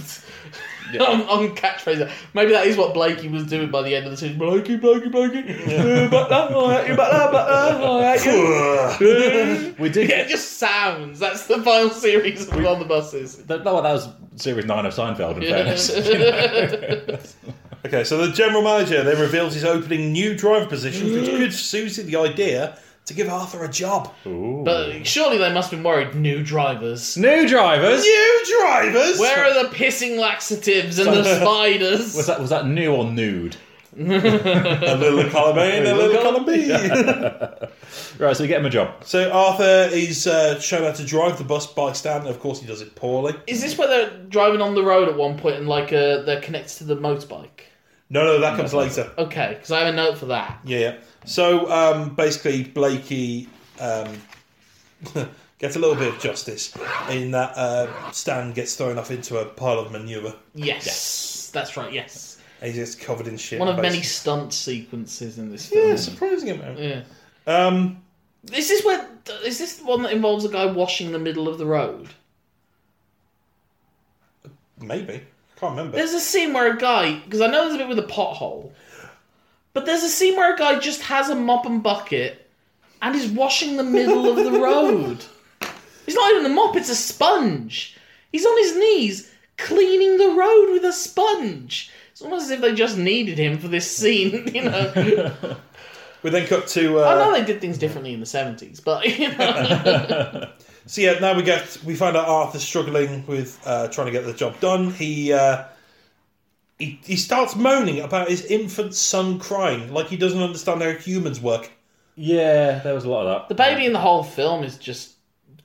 S2: on, on catchphrases. Maybe that is what Blakey was doing by the end of the season. Blakey, Blakey, Blakey. Uh, but that, I hate you, but that, but that, I hate you.
S3: We did
S2: Yeah, it
S3: get.
S2: just sounds. That's the final series of on the buses.
S3: That, no, that was series nine of Seinfeld. In fairness,
S1: Okay, so the general manager then reveals he's opening new driver positions, which gives Susie the idea to give Arthur a job.
S2: but surely they must have been worried. New drivers.
S3: new drivers.
S1: New drivers.
S2: Where are the pissing laxatives and the spiders?
S3: Was that was that new or nude?
S1: a little column A and a little column B?
S3: Right, so we get him a job.
S1: So Arthur is uh, shown how to drive the bus by stand, and of course he does it poorly.
S2: Is this where they're driving on the road at one point and like uh, they're connected to the motorbike?
S1: No, no, that comes later.
S2: Okay, because I have a note for that.
S1: Yeah, yeah. So um, basically, Blakey um, gets a little bit of justice in that uh, Stan gets thrown off into a pile of manure
S2: Yes, that's right. Yes,
S1: and he's just covered in shit.
S2: one of many
S1: basically.
S2: stunt sequences in this
S1: Yeah,
S2: film.
S1: surprising amount.
S2: Yeah.
S1: Um,
S2: Is this where? Is this the one that involves a guy washing the middle of the road?
S1: maybe. Can't remember.
S2: There's a scene where a guy, because I know there's a bit with a pothole, but there's a scene where a guy just has a mop and bucket and is washing the middle of the road. It's not even a mop, it's a sponge. He's on his knees cleaning the road with a sponge. It's almost as if they just needed him for this scene, you know.
S1: We then cut to. Uh,
S2: I know they did things differently in the 70s, but, you know.
S1: So yeah, now we get we find out Arthur's struggling with uh, trying to get the job done. He uh, he he starts moaning about his infant son crying, like he doesn't understand how humans work.
S3: yeah, there was a lot of
S2: the
S3: that.
S2: baby in the whole film is just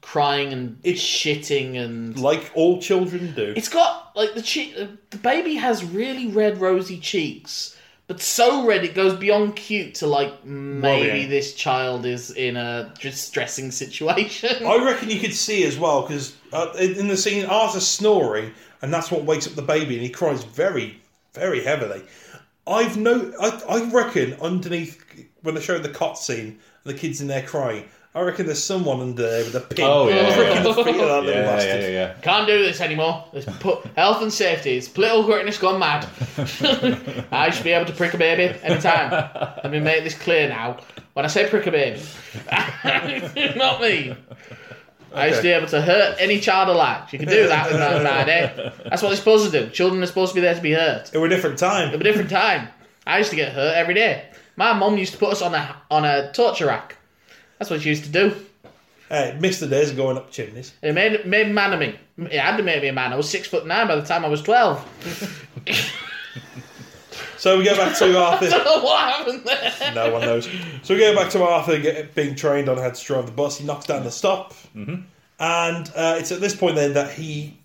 S2: crying and it's shitting and.
S1: Like all children do.
S2: It's got like the cheek. The baby has really red, rosy cheeks, but so red it goes beyond cute to like maybe
S1: Worrying.
S2: this child is in a distressing situation.
S1: I reckon you could see as well because uh, in in the scene Arthur's snoring, and that's what wakes up the baby, and he cries very, very heavily. I've no, I, I reckon underneath when they show the cot scene, and the kids in there crying. I reckon there's someone under there with a pin.
S3: Oh, yeah, yeah,
S1: pricking the
S2: yeah.
S1: feet of that little
S3: Yeah,
S1: bastard.
S3: yeah, yeah, yeah.
S2: Can't do this anymore. Let's put health and safety. It's political correctness gone mad. I should be able to prick a baby anytime. Let me make this clear now. When I say prick a baby, not me. I used to be able to hurt any child alive. You can do that without an idea. eh? That's what they're supposed to do. Children are supposed to be there to be hurt.
S1: It were a different time.
S2: Of a different time. I used to get hurt every day. My mum used to put us on a on a torture rack. That's what she used to do.
S1: Hey, missed the days of going up chimneys.
S2: It made made a man of me. It had to make me a man. I was six foot nine by the time I was twelve.
S1: So we go back to Arthur.
S2: Oh, what happened there?
S1: no one knows. So we go back to Arthur get, being trained on how to drive the bus. He knocks down the stop, and uh, it's at this point then that he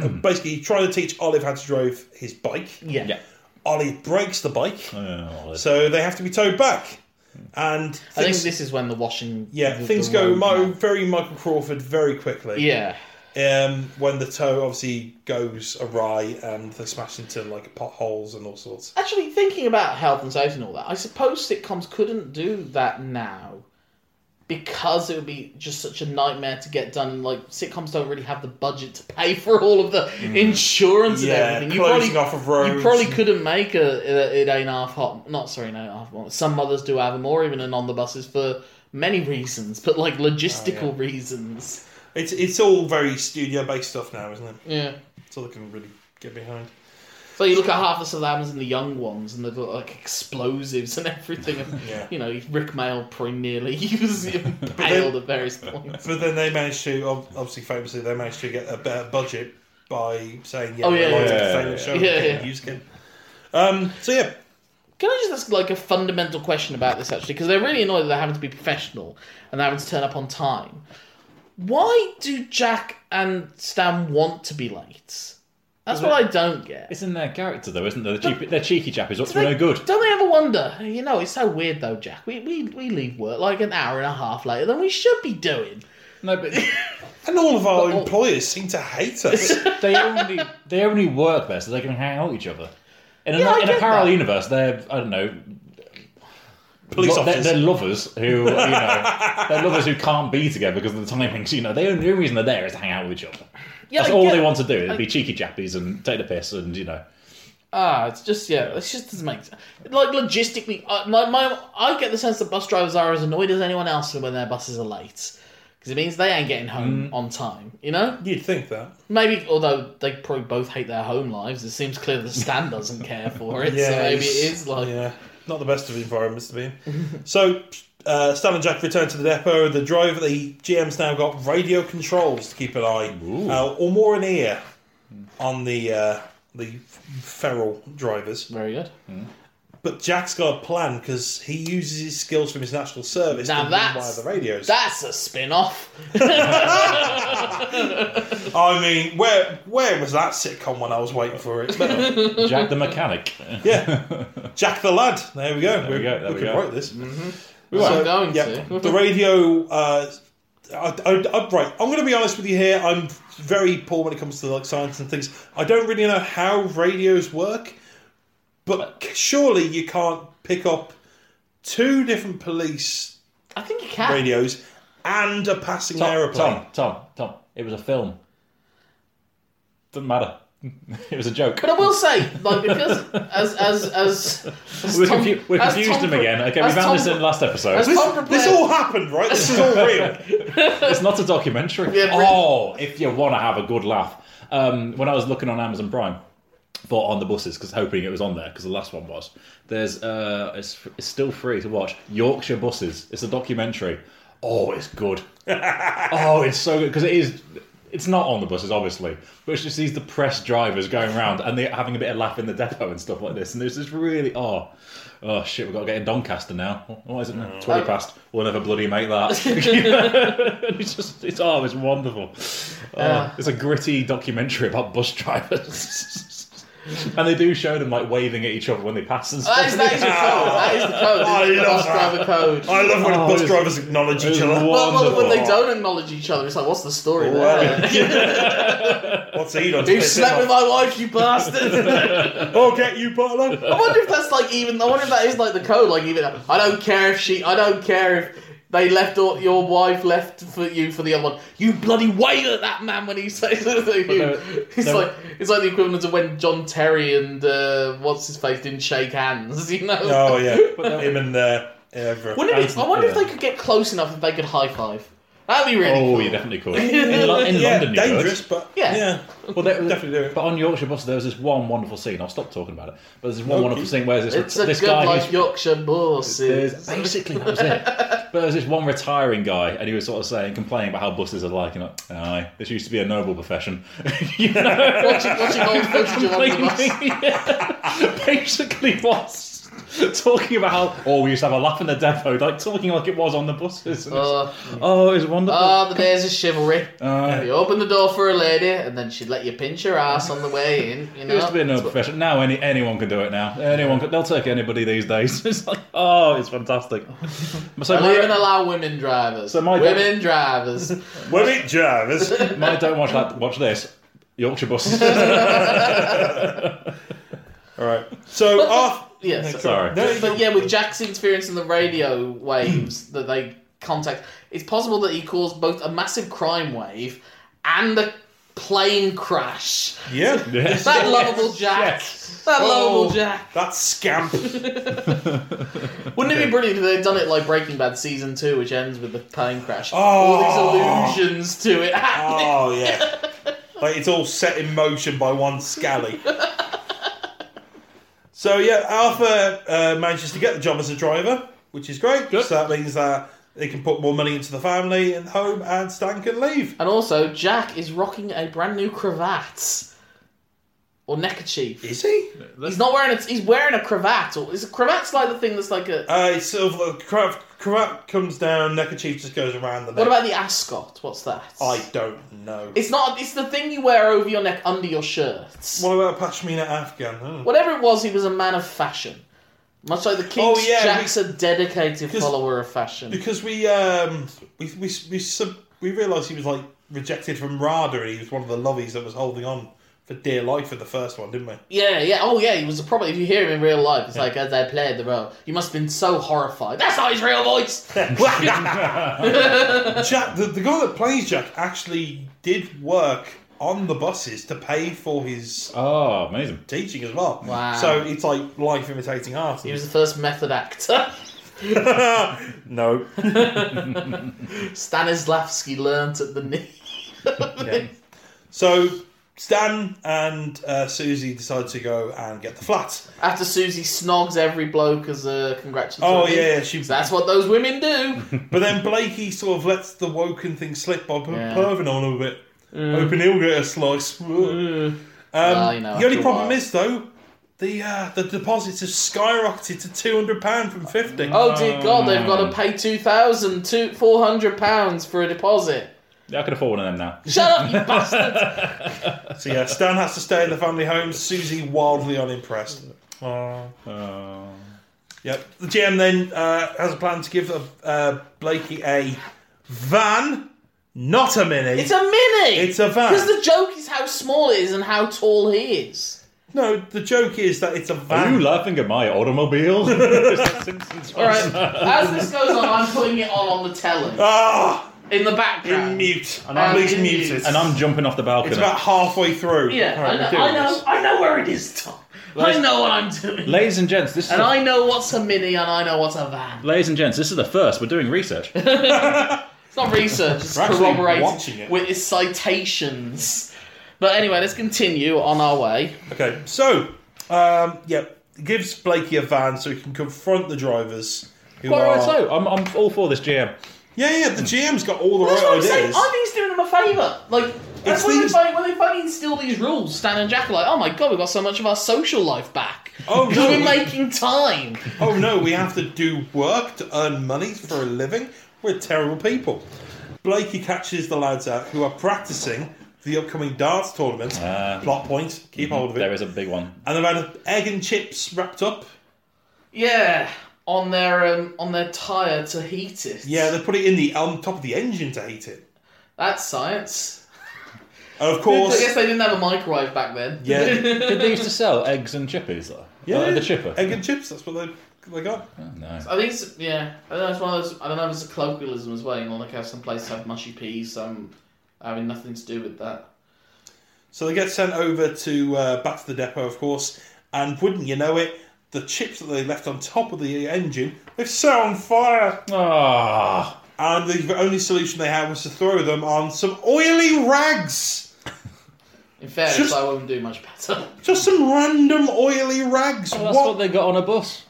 S1: uh, basically trying to teach Olive how to drive his bike.
S2: Yeah.
S3: Yeah.
S1: Olive breaks the bike,
S3: Oh, well,
S1: so they have to be towed back. And things,
S2: I think this is when the washing.
S1: yeah,
S2: the-
S1: things
S2: the
S1: go
S2: road-
S1: Mo, very Michael Crawford very quickly.
S2: Yeah.
S1: Um, when the tow obviously goes awry and they smash into like potholes and all sorts.
S2: Actually, thinking about health and safety and all that, I suppose sitcoms couldn't do that now because it would be just such a nightmare to get done. Like sitcoms don't really have the budget to pay for all of the insurance
S1: Mm. Yeah,
S2: and everything.
S1: closing off of roads.
S2: You probably couldn't make a, a it ain't half hot. Not sorry, no half hot. Some mothers do have them, or even an on the buses for many reasons, but like logistical reasons.
S1: It's it's all very studio based stuff now, isn't it?
S2: Yeah.
S1: That's all they can really get behind.
S2: So you look at half the Salams and the young ones, and they've got like explosives and everything. And,
S1: Yeah.
S2: You know, Rick Mail pretty nearly was impaled at various points.
S1: But then they managed to ob- obviously famously they managed to get a better budget by saying yeah,
S2: Oh, yeah,
S1: we'd like
S3: yeah,
S1: to
S3: yeah,
S1: fame
S3: yeah.
S1: the show
S2: Yeah,
S1: and
S2: yeah.
S1: use it. Um, so yeah,
S2: Can I just ask like a fundamental question about this actually? Because they're really annoyed that they're having to be professional and they're having to turn up on time. Why do Jack and Stan want to be late? That's what I don't get.
S3: It's in their character, though, isn't there? The cheap, their cheeky chap is up to no good.
S2: Don't they ever wonder? You know, it's so weird though, Jack. We, we, we leave work like an hour and a half later than we should be doing.
S3: No, but
S1: and all of our
S2: But all-
S1: employers seem to hate us.
S3: they only they only work there so they can hang out with each other. In a,
S2: Yeah, I
S3: in a
S2: get
S3: parallel
S2: that.
S3: universe, they're I don't know.
S1: Police
S3: lo- they're,
S1: officers.
S3: they're lovers who you know they're lovers who can't be together because of the timings. You know, they, the only reason they're there is to hang out with each other.
S2: Yeah,
S3: That's
S2: I
S3: all
S2: get-
S3: they want to do. It'd be cheeky jappies and take the piss and you know.
S2: Ah, it's just yeah, it just doesn't make sense. Like logistically, I, my, my I get the sense that bus drivers are as annoyed as anyone else when their buses are late because it means they ain't getting home
S3: Mm.
S2: on time. You know,
S1: You'd think that.
S2: maybe although they probably both hate their home lives, it seems clear that Stan doesn't care for it. so maybe
S1: it's-
S2: it is like
S1: yeah, not the best of environments to be in. so. Uh, Stan and Jack return to the depot. The driver, the GM's now got radio controls to keep an eye,
S3: Ooh.
S1: uh, or more an ear, on the uh, the feral drivers.
S2: very good.
S1: But Jack's got a plan because he uses his skills from his national service
S2: Now
S1: to
S2: that's-
S1: via the radios.
S2: That's a spin-off.
S1: I mean, where where was that sitcom when I was waiting for it? But,
S3: Jack the mechanic.
S1: yeah, Jack the Lad. There we go. we
S3: we go, there we
S1: can
S3: go. Mm-hmm.
S1: write this.
S2: We
S1: So,
S2: weren't going
S1: yeah,
S2: to.
S1: the radio. Uh, I, I, I, right, I'm going to be honest with you here. I'm very poor when it comes to like science and things. I don't really know how radios work, but surely you can't pick up two different police
S2: I think you can.
S1: radios and a passing
S3: Tom,
S1: aeroplane.
S3: Tom, Tom, Tom. It was a film. Doesn't matter. It was a joke.
S2: But I will say, like, because as as as, as
S3: We're,
S2: Tom-
S3: confu- we're
S2: as
S3: confused
S2: Tom
S3: him
S2: Cru-
S3: again. Okay, we
S2: as
S3: found
S2: Tom
S3: this in
S2: Cru-
S3: the last episode.
S2: as-
S1: This, this all happened, right? This is all real.
S3: it's not a documentary.
S2: Yeah, brilliant.
S3: oh, if you want to have a good laugh, um, when I was looking on Amazon Prime, for on the buses because hoping it was on there because the last one was. There's uh, it's, it's still free to watch Yorkshire Buses. It's a documentary. Oh, it's good. oh, it's so good because it is. It's not on the buses, obviously, but it's just these depressed drivers going around and they're having a bit of laugh in the depot and stuff like this. And there's just really oh, oh shit, we've got to get in Doncaster now. What is it now?
S2: Mm.
S3: Twenty past. We'll never bloody make that. And it's just it's oh, it's wonderful. Oh,
S2: Yeah.
S3: It's a gritty documentary about bus drivers. And they do show them like waving at each other when they pass and stuff.
S2: That Oh, is, that is the code. That is the code.
S1: I
S2: That is the
S1: love
S2: bus driver
S1: that.
S2: code.
S1: I love when
S3: Oh,
S1: bus
S3: it's-
S1: drivers acknowledge
S3: it's
S1: each other.
S3: wonderful.
S2: well, well, when they
S1: Wonderful.
S2: don't acknowledge each other, it's like, what's the story
S1: Well,
S2: there?
S1: What's he done? to
S2: You
S1: piss him
S2: slept with
S1: off?
S2: my wife, you bastard!
S1: Oh, get you,
S2: I
S1: Butler.
S2: wonder if that's like even. I wonder if that is like the code. Like even, I don't care if she. I don't care if they left or your wife left for you for the other one. You bloody wail at that man when he says it to you.
S3: no,
S2: it's
S3: no.
S2: like it's like the equivalent of when John Terry and uh, what's his face didn't shake hands. You know.
S1: Oh yeah,
S3: no-
S1: him and uh, Evra.
S2: Wouldn't it be, I wonder if
S3: Yeah.
S2: they could get close enough if they could high five. That'd be really.
S3: Oh,
S2: cool.
S3: you definitely could. In, Lo- in
S1: yeah,
S3: London, you
S1: dangerous, but
S2: Yeah.
S1: yeah,
S3: could. Well, there,
S1: Definitely do it.
S3: But on Yorkshire Bus, there was this one wonderful scene. I'll stop talking about it. But there's this one
S1: Okay.
S3: wonderful scene where there's
S2: It's
S3: this,
S2: a
S3: this
S2: good
S3: guy
S2: like
S3: who's
S2: Yorkshire
S3: There's,
S2: buses.
S3: basically, that was it. But there was this one retiring guy, and he was sort of saying, complaining about how buses are like, and like, aye, this used to be a noble profession. you know?
S2: Watching, watching old footage of on the bus.
S3: Yeah. basically was talking about how oh we used to have a laugh in the depot like talking like it was on the buses and it's-
S2: Uh,
S3: oh it was wonderful
S2: Ah, the days of chivalry.
S3: Uh,
S2: You open the door for a lady, and then she'd let you pinch her ass on the way in. You
S3: it used
S2: know,
S3: to be no profession now any, anyone can do it now anyone can, they'll take anybody these days it's like oh it's fantastic so
S2: and they even
S3: my,
S2: allow women drivers.
S3: So my
S2: women drivers.
S1: Well, it Jarvis.
S3: my don't watch that watch this Yorkshire buses
S1: All right. So
S2: But-
S1: Arth-
S2: yeah, so-
S3: sorry
S1: No,
S2: but yeah, with Jack's interference in the radio waves that they contact, it's possible that he caused both a massive crime wave and a plane crash.
S1: yeah.
S3: Yes.
S2: That lovable Jack.
S3: Yes.
S2: That lovable
S1: Oh,
S2: Jack.
S1: That scamp.
S2: Wouldn't it be brilliant if they'd done it like Breaking Bad season two, which ends with the plane crash?
S1: Oh.
S2: All these allusions to it happening.
S1: Oh yeah. Like it's all set in motion by one scally. So yeah, Arthur uh, manages to get the job as a driver, which is great.
S3: Good.
S1: So that means that they can put more money into the family and home, and Stan can leave.
S2: And also, Jack is rocking a brand new cravat or neckerchief.
S1: Is he?
S2: He's not wearing a. He's wearing a cravat. Or is a cravat's like the thing that's like a.
S1: Uh, it's sort of like cravat, cravat comes down, neckerchief just goes around the neck.
S2: What about the ascot? What's that?
S1: I don't know.
S2: It's not. It's the thing you wear over your neck under your shirts.
S1: What about Pashmina Afghan? Hmm.
S2: Whatever it was, he was a man of fashion. Much like the
S1: Oh,
S2: King's,
S1: yeah,
S2: Jack's a dedicated
S1: 'Cause-
S2: follower of fashion.
S1: Because we um we we we, sub, we realised he was like rejected from RADA and he was one of the lobbies that was holding on for dear life in the first one, didn't we?
S2: Yeah, yeah. Oh, yeah. He was a problem. If you hear him in real life, it's like as I played the role, you must have been so horrified. That's not his real voice.
S1: Jack, the, the guy that plays Jack actually did work on the buses to pay for his
S3: oh amazing
S1: teaching as well.
S2: Wow.
S1: So it's like life imitating art.
S2: he was the first method actor.
S1: no.
S2: Stanislavski learnt at the knee.
S1: So Stan and uh, Susie decide to go and get the flat.
S2: After Susie snogs every bloke as a congratulatory.
S1: Oh yeah, she.
S2: 'Cause That's what those women do.
S1: But then Blakey sort of lets the woken thing slip by put
S2: Yeah.
S1: perving on a little bit. Hoping he'll get a slice. Um,
S2: Well, Mm. Ah, you know,
S1: the
S2: after
S1: only
S2: a
S1: problem
S2: while.
S1: is though, the uh, the deposits have skyrocketed to two hundred pound from fifty.
S2: oh dear God, they've got to pay two thousand two four hundred pounds for a deposit.
S3: Yeah, I could afford one of them now
S2: Shut up, you bastard!
S1: So yeah, Stan has to stay in the family home. Susie wildly unimpressed. Oh,
S3: Uh,
S1: Yep. The GM then uh, has a plan to give uh, Blakey a van, not a mini.
S2: It's a mini.
S1: It's a van.
S2: Because the joke is how small it is and how tall he is.
S1: no, the joke is that
S2: Oh,
S1: it's a
S3: Are
S1: van.
S3: you laughing at my automobile? All
S2: All right. As this goes on, I'm putting it on on the telly
S1: Ah,
S2: in the background.
S1: in mute.
S3: And I'm-
S1: Please
S2: in
S1: mute
S2: mute.
S1: it.
S3: And I'm jumping off the balcony.
S1: It's about halfway through.
S2: Yeah,
S1: All right,
S2: I, know,
S1: we're doing
S2: I know.
S1: this.
S2: I know where it is, Tom. I know what I'm doing.
S3: Ladies and gents, this is
S2: And
S3: the-
S2: I know what's a mini and I know what's a van.
S3: Ladies and gents, this is the first. We're doing research.
S2: It's not research, it's
S1: We're actually
S2: corroborated
S1: watching it.
S2: with its citations. But anyway, let's continue on our way.
S1: Okay, so um, yeah, gives Blakey a van so he can confront the drivers. Who
S3: Quite
S1: are,
S3: right, so I'm, I'm all for this GM.
S1: Yeah, yeah, the GM's got all the
S2: That's what
S1: right
S2: I'm saying.
S1: ideas.
S2: I think he's doing them a favour. Like, that's
S1: It's
S2: when,
S1: these-
S2: they, fin- when they finally instill these rules, Stan and Jack are like, oh my god, we've got so much of our social life back.
S1: Oh,
S2: Because
S1: no.
S2: we're making time.
S1: Oh no, we have to do work to earn money for a living. We're terrible people. Blakey catches the lads out who are practicing the upcoming darts tournament.
S3: Ah.
S1: Plot point, keep hold of it.
S3: There is a big one.
S1: and they've had egg and chips wrapped up.
S2: Yeah. On their um, on their tyre to heat it.
S1: Yeah, they put it in the on top of the engine to heat it.
S2: That's science.
S1: And of
S2: I
S1: course,
S2: guess they didn't have a microwave back then.
S1: Yeah.
S3: Did they used to sell eggs and chippies? Though? Uh, the chipper.
S1: egg and chips. That's what they they got.
S3: Oh, no.
S2: I think it's, yeah. I don't know. It's one of those. I don't know if it's a colloquialism as well. You know, like how some places have mushy peas. Some having nothing to do with that.
S1: So they get sent over to uh, back to the depot, of course. And wouldn't you know it, the chips that they left on top of the engine they've set on fire.
S3: Ah.
S1: and the only solution they had was to throw them on some oily rags.
S2: In fairness,
S1: Just-
S2: I wouldn't do much better.
S1: Just some random oily rags.
S3: Well, that's what?
S1: what?
S3: they got on a bus.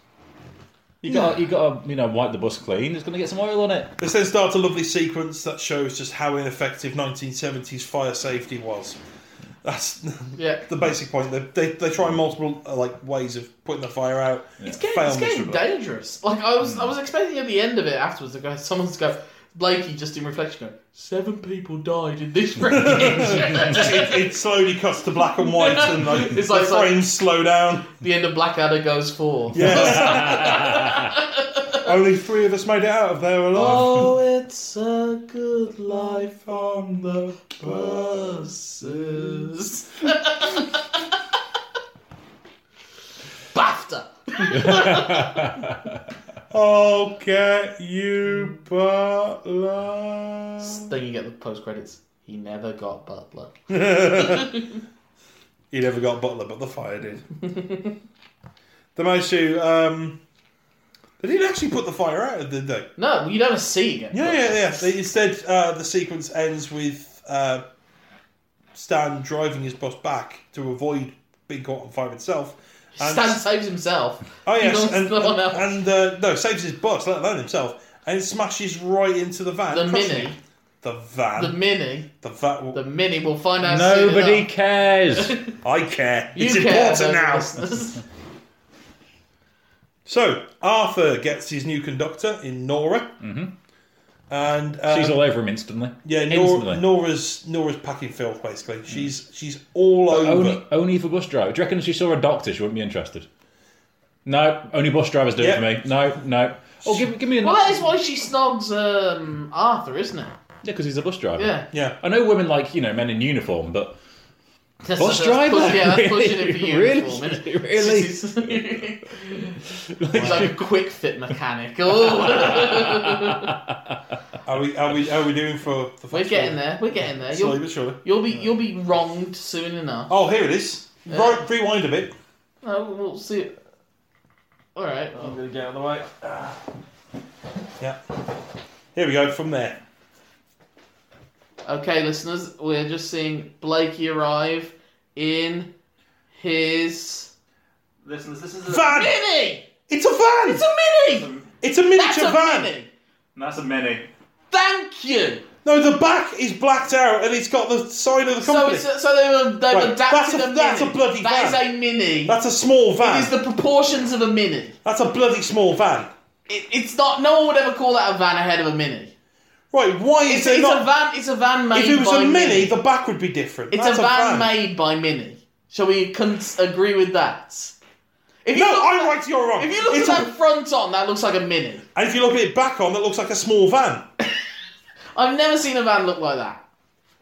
S3: You got you got to you know wipe the bus clean. It's going to get some oil on it.
S1: This then starts a lovely sequence that shows just how ineffective 1970s fire safety was. That's
S2: Yeah.
S1: the basic point. They, they, they try multiple uh, like ways of putting the fire out.
S2: It's getting,
S1: Fail
S2: it's getting
S1: miserably.
S2: dangerous. Like I
S1: Hmm.
S2: was, I was expecting at the end of it afterwards, the guy, someone's go, Blakey, just in reflection, go, seven people died in this wreckage.
S1: it, it slowly cuts to black and white, and like,
S2: It's
S1: the
S2: like- it's like-
S1: frames slow down.
S2: the end of Blackadder goes four.
S1: Yeah. Only three of us made it out of there alive.
S2: Oh, it's a good life on the buses. BAFTA.
S1: I'll get you, Butler.
S2: Then you get the post credits. He never got Butler.
S1: He never got Butler, but the fire did. they managed to. Um, they didn't actually put the fire out, did they?
S2: No, you never see again.
S1: Yeah, yeah, yeah. They, instead, uh, the sequence ends with uh, Stan driving his bus back to avoid being caught on fire himself. And,
S2: Stan saves himself.
S1: oh
S2: He
S1: yes,
S2: wants
S1: and,
S2: someone else.
S1: and, uh, no, saves his bus, let alone himself, and smashes right into the van.
S2: the
S1: crushing
S2: mini,
S1: it. the van,
S2: the
S1: the,
S2: mini,
S1: van.
S2: the mini. We'll find out. soon
S3: Nobody
S2: enough.
S3: cares.
S1: I care.
S2: You
S1: it's
S2: care,
S1: important
S2: don't
S1: now.
S2: you, listeners?
S1: So Arthur gets his new conductor in Nora, mm-hmm. and uh,
S3: She's all over him instantly.
S1: yeah, Nora,
S3: instantly. Mm.
S1: Nora's Nora's packing filth basically. She's she's all over.
S3: only, only for bus driver. Do you reckon if she saw a doctor, she wouldn't be interested? No, only bus drivers do
S1: Yeah.
S3: it for me. No, no. Oh, give, give me a
S2: well, that is why she snogs um, Arthur, isn't it?
S3: Yeah, because he's a bus driver.
S2: Yeah.
S1: yeah,
S3: I know women like you know men in uniform, but
S2: That's-
S3: bus
S2: that's
S3: driver.
S2: push- yeah, that's
S3: really,
S2: pushing it for uniform, isn't
S3: really,
S2: it?
S3: really.
S2: He's like a quick fit mechanic. Oh,
S1: are we are we are we doing for the?
S2: we're getting there. We're getting there.
S1: Slowly
S2: You'll,
S1: but surely.
S2: you'll be you'll be wronged soon enough.
S1: Oh, here it is.
S2: Yeah.
S1: Right, rewind a bit.
S2: No, we'll see. All right. well,
S1: gonna get out of the way. Yeah. Here we go from there.
S2: Okay, listeners, we're just seeing Blakey arrive in his
S4: Listeners, this is a
S1: Van.
S2: mini.
S1: It's a van.
S2: It's a mini.
S1: It's a miniature
S2: That's a
S1: van.
S2: mini.
S4: That's a mini.
S2: Thank you.
S1: No, the back is blacked out and it's got the sign of the
S2: So,
S1: company.
S2: it's a, so they've, they've
S1: Right,
S2: adapted
S1: that's a-
S2: mini.
S1: that's a bloody
S2: That
S1: van.
S2: is a mini.
S1: That's a small
S2: it
S1: van.
S2: is the proportions of a mini.
S1: That's a bloody small van.
S2: It, it's not. No one would ever call that a van ahead of a mini.
S1: Right, why is
S2: It's,
S1: there
S2: it's
S1: not
S2: a van. It's a van made
S1: If it was
S2: by
S1: a mini, the back would be different.
S2: It's
S1: That's
S2: a
S1: van.
S2: van, made by mini. Shall we con- agree with that? If you
S1: No,
S2: look-
S1: I'm right. You're wrong.
S2: If you look
S1: It's
S2: at
S1: a-
S2: that front on, that looks like a mini.
S1: and if you look at it back on, that looks like a small van.
S2: I've never seen a van look like that.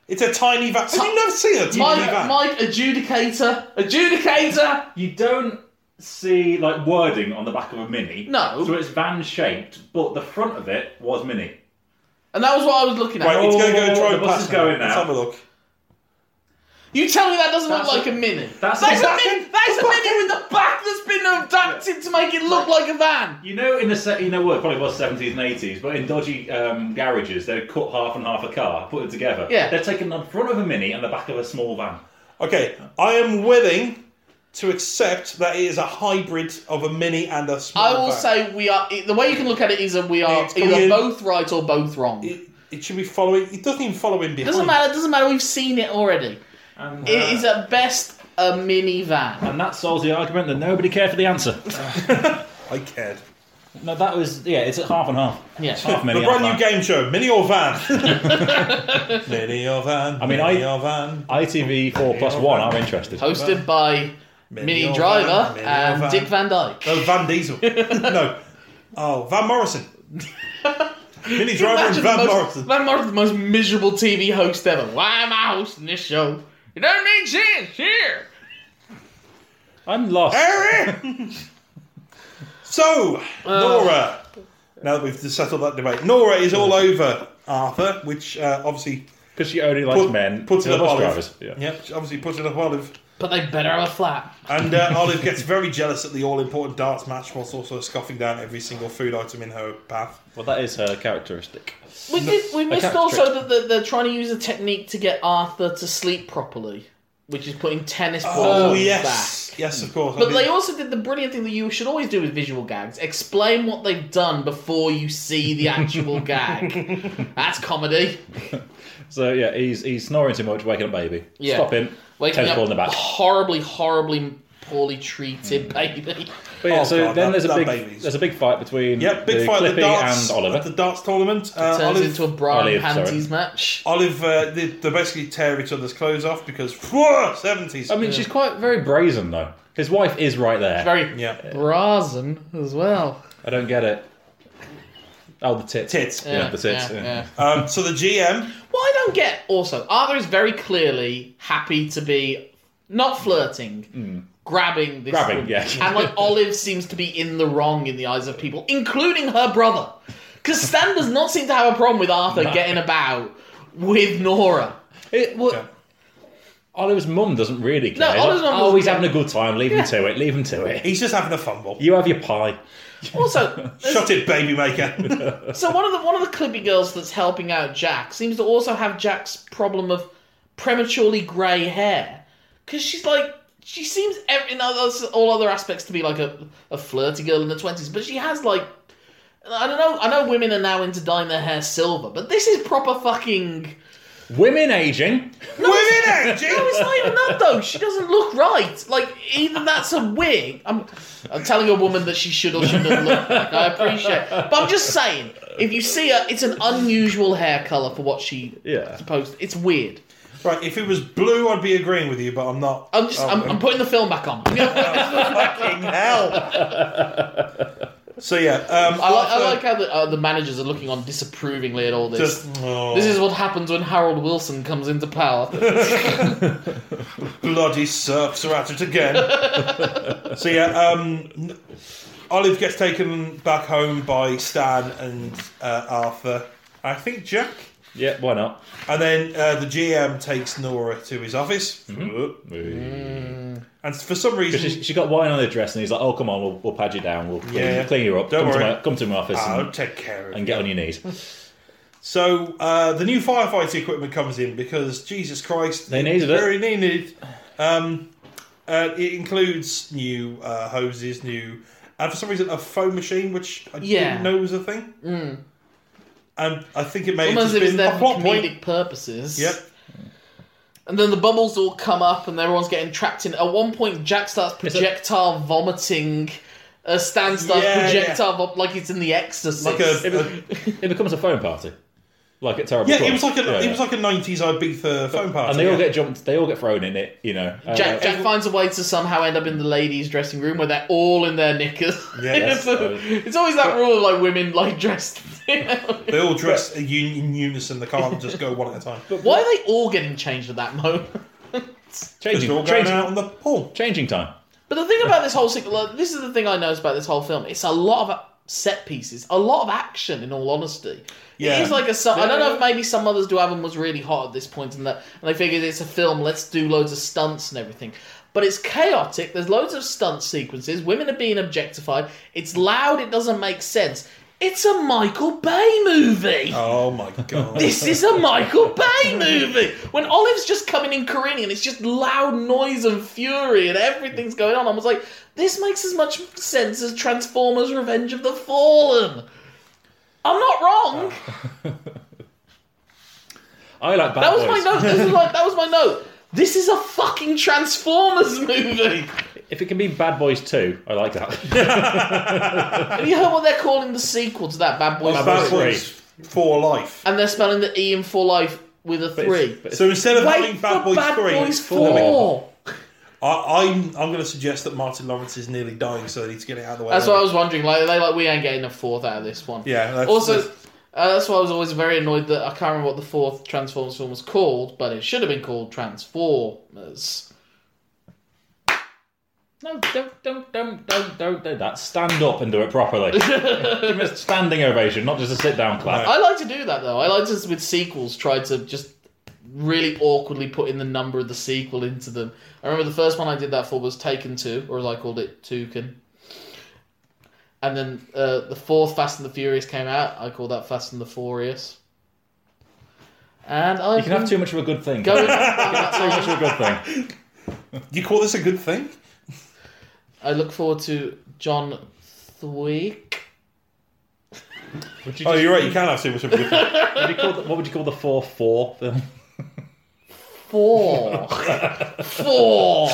S1: It's a tiny van. Have you never seen a
S2: Mike,
S1: tiny van?
S2: Mike, adjudicator, adjudicator.
S3: You don't see like wording on the back of a mini.
S2: No.
S3: So it's van shaped, but the front of it was mini.
S2: And that was what I was looking at.
S1: Right, it's going to go
S3: Oh,
S1: drive
S3: the bus
S1: past.
S3: is going
S1: Let's
S3: now.
S1: have a look.
S2: You tell me that doesn't look
S3: That's
S2: like a, mini.
S3: that's
S2: that's
S3: a
S2: a
S1: back
S2: mini.
S1: end-
S2: That's a
S1: the back
S2: mini with the back that's been adapted to make it look like a van.
S3: You know, in the se- you know what it probably was seventies and eighties, but in dodgy um, garages, they'd cut half and half a car, put it together.
S2: Yeah.
S3: they're taking the front of a mini and the back of a small van.
S1: Okay, I am willing to accept that it is a hybrid of a mini and a small.
S2: I will
S1: van.
S2: say we are. The way you can look at it is that we are
S1: It's coming
S2: either
S1: in-
S2: both right or both wrong. It
S1: it, it should be following. It doesn't even follow in behind.
S2: doesn't matter. It doesn't matter. We've seen it already.
S4: And, uh,
S2: It is at best a minivan.
S3: And that solves the argument that nobody cared for the answer.
S1: I cared.
S3: no, that was yeah. It's at half and half.
S2: Yes.
S3: Half
S1: The
S3: mini, half
S1: brand new
S3: van.
S1: game show, mini or van? mini or van? I
S3: mean,
S1: mini
S3: I-
S1: or van?
S3: ITV four plus one. I'm interested.
S2: Hosted by Mini
S1: or van,
S2: Driver
S1: mini or
S2: and
S1: van.
S2: Dick Van Dyke.
S1: No, Van Diesel. no. Oh, Van Morrison. Mini Driver and
S2: Imagine
S1: Van
S2: the most,
S1: Morrison.
S2: Van Morrison, the most miserable TV host ever. Why am I hosting this show? It doesn't make sense. Here.
S3: I'm lost.
S1: Harry! so,
S2: Uh.
S1: Nora. Now that we've settled that debate, Nora is all over Arthur, which uh, obviously
S3: Because she only likes
S1: put,
S3: men.
S1: puts it
S3: They're
S1: up
S3: bus
S1: Olive.
S3: drivers. Yeah.
S1: Yep, she obviously puts it up Olive.
S2: But they better have a flat.
S1: And uh, Olive gets very jealous at the all important darts match whilst also scoffing down every single food item in her path.
S3: Well, that is her characteristic.
S2: We did. We missed
S3: can't
S2: also
S3: stretch.
S2: that they're, they're trying to use a technique to get Arthur to sleep properly, which is putting tennis balls
S1: Oh,
S2: on his
S1: yes.
S2: back.
S1: Yes, of course. I
S2: But
S1: mean-
S2: they also did the brilliant thing that you should always do with visual gags: explain what they've done before you see the actual gag. That's comedy.
S3: So yeah, he's he's snoring too much, waking up baby.
S2: Yeah.
S3: Stop him.
S2: Waking
S3: Tennis
S2: up
S3: ball in the back.
S2: horribly, horribly poorly treated
S3: Mm.
S2: baby.
S3: But yeah,
S1: Oh,
S3: so
S1: God, that-
S3: then there's a
S1: that
S3: big
S1: baby's-
S3: there's a big fight between
S1: Yep, big
S3: the
S1: fight at
S3: Clippy
S1: the darts
S3: and
S1: at the
S3: Oliver.
S1: darts tournament. Uh,
S2: Turns
S1: Olive,
S2: into a bra
S3: Olive,
S2: and panties match.
S1: Olive uh, they, they basically tear each other's clothes off because whoa, seventies.
S3: I mean, she's quite very brazen though. His wife is right there.
S2: Very
S1: yeah,
S2: brazen as well.
S3: I don't get it. Oh, the tits.
S1: tits.
S3: Yeah, the tits. Yeah,
S1: Um, so the GM,
S2: What I don't get also, Arthur is very clearly happy to be not flirting, grabbing this
S3: Hmm. Grabbing,
S2: woman.
S3: yeah.
S2: And like Olive seems to be in the wrong in the eyes of people, including her brother. Because Stan does not seem to have a problem with Arthur
S3: No.
S2: getting about with Nora.
S3: It, well,
S1: Yeah.
S3: Oliver's mum doesn't really care.
S2: No,
S3: She's
S2: Oliver's
S3: like,
S2: mum
S3: Oh,
S2: doesn't
S3: he's
S2: care."
S3: having a good time. Leave
S2: Yeah.
S3: him to it. Leave him to it.
S1: he's just having a fumble.
S3: You have your pie.
S2: Also, there's-
S1: Shut it, baby maker.
S2: so one of the one of the Clippy girls that's helping out Jack seems to also have Jack's problem of prematurely grey hair because she's like she seems ev- in other, all other aspects to be like a, a flirty girl in the twenties, but she has like I don't know. I know women are now into dyeing their hair silver, but this is proper fucking.
S3: Women aging.
S1: Women aging.
S2: No, it's not even that though. She doesn't look right. Like either that's a wig. I'm, I'm telling a woman that she should or shouldn't look like. I appreciate, but I'm just saying, if you see her, it's an unusual hair color for what she
S3: Yeah.
S2: supposed. It's weird.
S1: Right, if it was blue, I'd be agreeing with you, but I'm not.
S2: I'm just.
S1: Oh,
S2: I'm, I'm putting the film back on. I
S1: fucking hell. so yeah, um,
S2: like, I like how the, uh, the managers are looking on disapprovingly at all this.
S1: just. oh,
S2: this is what happens when Harold Wilson comes into power.
S1: bloody serfs are at it again. so yeah, um, n- Olive gets taken back home by Stan and uh, Arthur. I think Jack.
S3: Yeah, why not?
S1: And then uh, the GM takes Nora to his office,
S2: Hmm.
S1: Mm-hmm. and for some reason,
S3: She, she got wine on her dress, and he's like, "Oh, come on, we'll, we'll pad you down. We'll clean,
S1: Yeah.
S3: clean you up.
S1: Don't
S3: come,
S1: worry. Uh-huh.
S3: To my, come to my office
S1: I'll
S3: and,
S1: take care of
S3: and
S1: it.
S3: get on your knees."
S1: So uh, the new firefighter equipment comes in because Jesus Christ,
S3: They needed it.
S1: very needed. Um, uh, it includes new uh, hoses, new, and for some reason, a foam machine, which I
S2: Yeah. Mm.
S1: didn't know was a thing. And I think it may have
S2: Almost
S1: just
S2: as if it's
S1: been
S2: there
S1: a
S2: for
S1: plot point.
S2: comedic purposes.
S1: Yep.
S2: And then the bubbles all come up, and everyone's getting trapped in. At one point, Jack starts
S3: It's a-
S2: projectile vomiting. Uh, Stan starts
S1: Yeah,
S2: projectile vom- like it's in The Exorcist.
S1: Like a,
S3: It,
S1: a-
S3: be- it becomes a phone party, like at terrible.
S1: yeah,
S3: Club.
S1: it was like a
S3: Yeah,
S1: it
S3: yeah.
S1: was like a nineties Ibiza phone party.
S3: and they all
S1: yeah.
S3: get jumped. They all get thrown in it. You know, Uh,
S2: Jack, Jack finds a way to somehow end up in the ladies' dressing room where they're all in their knickers.
S1: Yeah,
S2: it's,
S1: that's-
S2: it's always that rule of like women like dressed.
S1: They all dress in un- in unison. They can't just go one at a time.
S2: Why are they all getting changed at that moment?
S1: Because they're all
S3: changing,
S1: going
S3: changing,
S1: out on the pool.
S3: changing time.
S2: But the thing about this whole thing, like, this is the thing I noticed about this whole film. It's a lot of set pieces, a lot of action. In all honesty,
S1: Yeah.
S2: it is like a. su- I don't know if maybe some others do album was really hot at this point, and that and they figured it's a film. Let's do loads of stunts and everything. But it's chaotic. There's loads of stunt sequences. Women are being objectified. It's loud. It doesn't make sense. It's a Michael Bay movie.
S1: Oh my god.
S2: This is a Michael Bay movie. When Olive's just coming in Korean and it's just loud noise and fury and everything's going on, I was like, this makes as much sense as Transformers: Revenge of the Fallen. I'm not wrong.
S3: Ah, I like bad
S2: That was
S3: boys.
S2: my note. This is like, that was my note. This is a fucking Transformers movie.
S3: If it can be Bad Boys 2, I like that.
S2: Have you heard what they're calling the sequel to that Bad Boys?
S1: It's
S3: Bad
S1: Bad
S2: movie?
S3: Boys
S1: Boys for life.
S2: And they're spelling the E in For Life with a
S3: But it's-
S2: three.
S3: but it's-
S1: So instead of
S2: Wait
S1: having
S2: for
S1: Bad Boys
S2: Bad
S1: three,
S2: Boys
S3: four.
S2: Four.
S1: I, I'm I'm going to suggest that Martin Lawrence is nearly dying, so they need to get it out of the way.
S2: That's what I was wondering. Like they like we ain't getting a fourth out of this one.
S1: Yeah. That's,
S2: Also,
S1: that's-
S2: uh, that's why I was always very annoyed that I can't remember what the fourth Transformers film was called, but it should have been called Transformers.
S3: no, don't, don't, don't, don't, don't do that. Stand up and do it properly. Give me a standing ovation, not just a sit down clap.
S2: I like to do that though. I like to with sequels try to just really awkwardly put in the number of the sequel into them. I remember the first one I did that for was Taken Two, or as I called it, Toucan. And then uh, the fourth Fast and the Furious came out. I called that Fast and the Furious. And I
S3: You can have too much of a good thing.
S2: Going,
S3: too much of a good thing.
S1: you call this a good thing?
S2: I look forward to John Thwick.
S3: Would you
S1: Oh,
S3: just-
S1: you're right. You can have too much of a good thing.
S3: would you call the- what would you call the 4 4 film?
S2: Four. Four.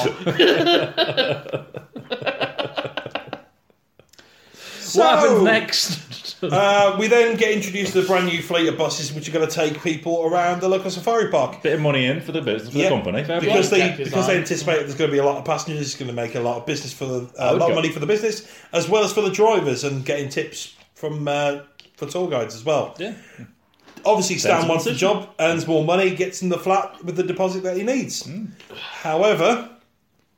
S1: So,
S3: What happens next?
S1: Uh, we then get introduced to the brand new fleet of buses, which are going to take people around the local safari park.
S3: Bit of money in for the business, for
S1: Yeah.
S3: the company. Fair play.
S1: Because they
S2: Jack is
S1: because they
S2: on.
S1: anticipate there's going to be a lot of passengers, it's going to make a lot of business for the, uh, a
S3: would
S1: lot of
S3: go.
S1: money for the business as well as for the drivers and getting tips from uh, for tour guides as well.
S3: Yeah.
S1: Obviously, Stan
S3: a
S1: wants the job, earns more money, gets in the flat with the deposit that he needs.
S3: Hmm.
S1: However,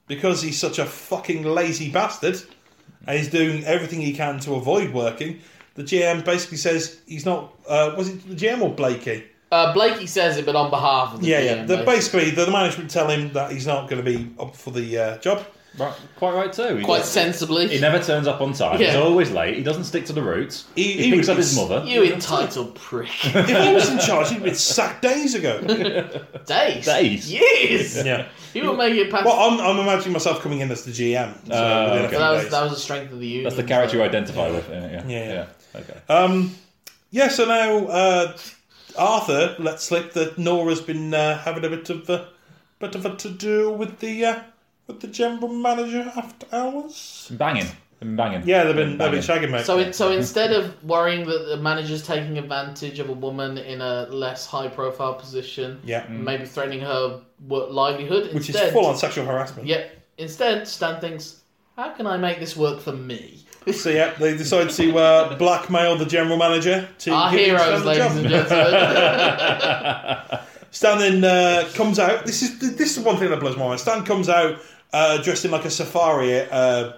S1: because he's such a fucking lazy bastard and he's doing everything he can to avoid working, the GM basically says he's not. Uh, was it the GM or Blakey?
S2: Uh, Blakey says it, but on behalf of the
S1: Yeah,
S2: GM,
S1: yeah. The,
S2: basically.
S1: basically, the, the management tell him that he's not going to be up for the uh, job.
S3: Right, quite right too. He
S2: quite
S3: does-
S2: sensibly.
S3: He never turns up on time. He's
S2: Yeah.
S3: always late. He doesn't stick to the routes.
S1: He-
S3: He,
S1: he
S3: picks
S1: would
S3: up
S1: be
S3: his mother.
S2: you entitled prick.
S1: If he was in charge, he'd been sacked days ago.
S2: Days.
S3: Days.
S2: Years.
S1: yeah.
S2: He would make it past.
S1: Well, I'm, I'm imagining myself coming in as the GM. So
S3: Oh,
S1: within a
S3: okay.
S1: few
S2: that, was,
S1: days.
S2: that was the strength of the union.
S3: That's the character you
S2: so-
S3: identify with. Yeah, yeah.
S1: uh, Yeah, yeah.
S3: Okay.
S1: Um, yeah, so now uh, Arthur let slip that Nora's been uh, having a bit of a bit of a to do with the uh, with the general manager after hours.
S3: banging. Been banging.
S1: Yeah, they've been they've been
S3: banging.
S1: shagging mate.
S2: So, it, so instead of worrying that the manager's taking advantage of a woman in a less high-profile position,
S1: yeah,
S2: maybe threatening her work livelihood,
S1: which
S2: instead,
S1: is full on sexual harassment.
S2: Yet, instead, Stan thinks, how can I make this work for me?
S1: So yeah, they decide to uh, blackmail the general manager to
S2: Our
S1: give him
S2: heroes,
S1: Stan the
S2: ladies
S1: job.
S2: and gentlemen.
S1: Stan then uh, comes out. This is this is one thing that blows my mind. Stan comes out uh, dressed in like a safari uh,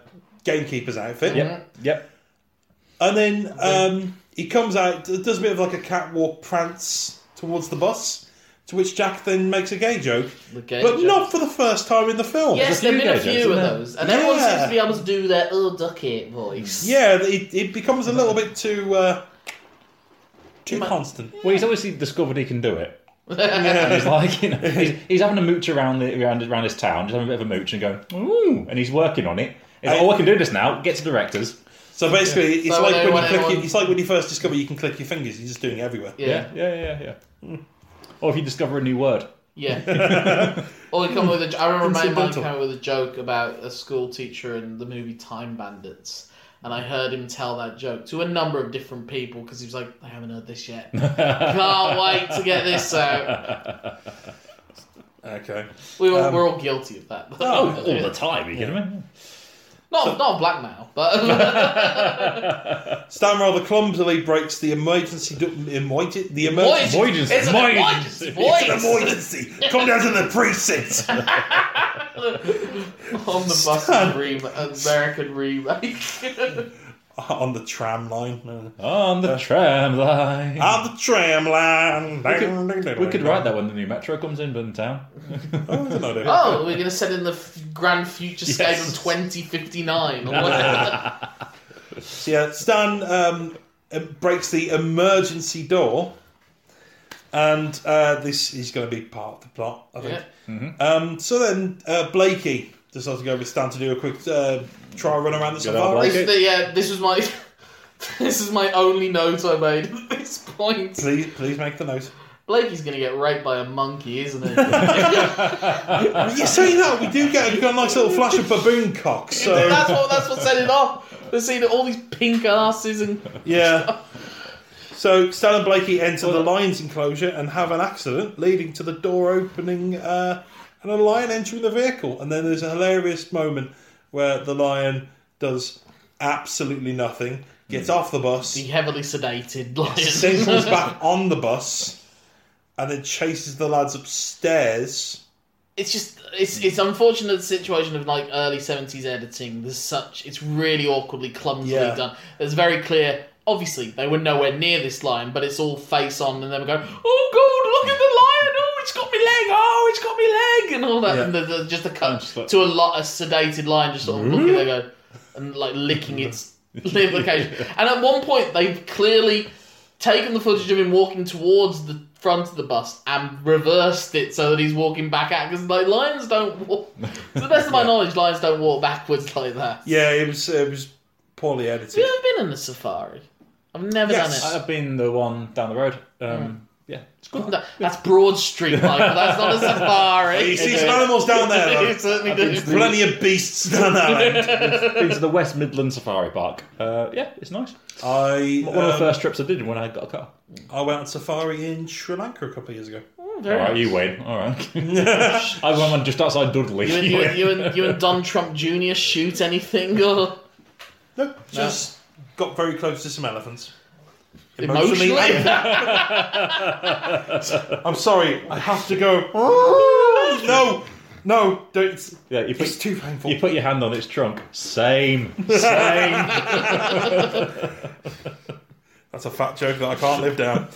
S1: gamekeeper's outfit.
S3: Yep. Yep.
S1: And then um, he comes out, d- does a bit of like a catwalk prance towards the bus, to which Jack then makes a gay joke,
S2: The gay
S1: but
S2: joke.
S1: not for the first time in the film.
S2: yes,
S3: There's a few
S2: there've been a
S3: gay jokes,
S2: few of
S3: isn't there?
S2: those, and everyone seems
S1: Yeah.
S2: to be able to do their "oh duck it" voice.
S1: Yeah, it, it becomes a little bit too uh, too
S2: might-
S1: constant.
S3: Well, he's obviously discovered he can do it.
S1: Yeah.
S3: He's like, you know, he's, he's having a mooch around the around, around his town, just having a bit of a mooch and going, ooh, and he's working on it. He's like,
S1: I-
S3: oh, I can do this now. Get to directors.
S1: So basically, it's
S2: So
S1: like when
S2: anyone-
S1: you click your,
S2: anyone-
S1: it's like when you first discover you can click your fingers. You're just doing it everywhere.
S3: Yeah.
S2: yeah,
S3: Yeah. Yeah. Yeah. yeah. Or if you discover a new word.
S2: yeah. or they come with a j- I remember my mum
S1: Incidental.
S2: came up with a joke about a school teacher in the movie Time Bandits. And I heard him tell that joke to a number of different people because he was like, I haven't heard this yet. Can't wait to get this out.
S1: Okay.
S2: We all,
S1: Um,
S2: we're all guilty of that.
S1: Oh,
S3: All the time, you kidding me?
S2: not, not blackmail, but.
S1: Stan rather clumsily breaks the emergency du- emergency the emergency.
S3: Void is-
S2: Voice. It's an
S3: void.
S2: voice.
S3: It's
S1: It's an emergency. Come down to the precinct.
S2: on the bus
S1: Stan.
S2: re- American remake.
S1: on the tram line. No.
S3: On the tram line.
S1: On the tram line.
S3: We could, we could write that when the new metro comes in in town.
S1: Oh, that's an idea.
S2: oh, we're going to set in the f- grand future scape
S3: Yes.
S2: of 2059. or whatever.
S1: So, yeah, Stan um, it breaks the emergency door, and uh, this is going to be part of the plot, I think.
S2: Yeah.
S1: Um, so then uh, Blakey decides to go with Stan to do a quick uh, try run around the
S3: Good old
S1: safari.
S3: Blakey.
S2: This, the, yeah, this was my. This is my only note I made at this point.
S1: Please, please make the note.
S2: Blakey's gonna get raped by a monkey, isn't he?
S1: You say that we do get we got a nice little flash of baboon cock. So
S2: that's what that's what set it off. To see that all these pink asses and
S1: yeah. So Stan and Blakey enter the lion's enclosure and have an accident, leading to the door opening uh, and a lion entering the vehicle. And then there's a hilarious moment where the lion does absolutely nothing, gets
S3: Hmm.
S1: off the bus,
S2: the heavily sedated lions.
S1: signals back on the bus, and then chases the lads upstairs.
S2: it's just it's it's unfortunate the situation of like early seventies editing. There's such it's really awkwardly clumsily
S1: Yeah.
S2: done. It's very clear. Obviously, they were nowhere near this line, but it's all face on, and they were going, "Oh God, look at the lion! Oh, it's got me leg! Oh, it's got me leg!" and all that.
S1: Yeah.
S2: And the, the, just a
S3: I'm
S2: cut
S3: just like-
S2: to a lot a sedated lion, just sort of
S1: Mm-hmm.
S2: looking. They go and like licking its lip occasionally. And at one point, they've clearly taken the footage of him walking towards the front of the bus and reversed it so that he's walking back out because like lions don't walk to the best of my knowledge lions don't walk backwards like that
S1: Yeah, it was it was poorly
S2: have
S1: edited.
S2: you ever been in a safari I've never
S1: Yes.
S2: done it
S3: I've been the one down the road. Um, Yeah, it's good.
S2: No, that's Broad Street Michael that's not a safari
S1: You see some animals down there.
S2: you certainly
S3: been
S2: do
S3: to
S1: Though. Plenty of beasts down that end.
S3: been to the West Midland Safari Park. Uh, yeah, it's nice.
S1: I
S3: One of the
S1: um,
S3: first trips I did when I got a car.
S1: I went on safari in Sri Lanka a couple of years ago.
S2: Oh,
S3: All
S2: very
S3: right,
S2: nice.
S3: you win. All right. I went one just outside Dudley.
S2: you and, you, and, you, and, you and Don Trump Jr. shoot anything or
S1: No, just got very close to some elephants.
S2: emotionally?
S1: I'm sorry. I have to go. no, no, don't. It's,
S3: yeah, you
S1: it's
S3: put,
S1: too painful.
S3: you put your hand on its trunk. Same. Same.
S1: That's a fat joke that I can't live down.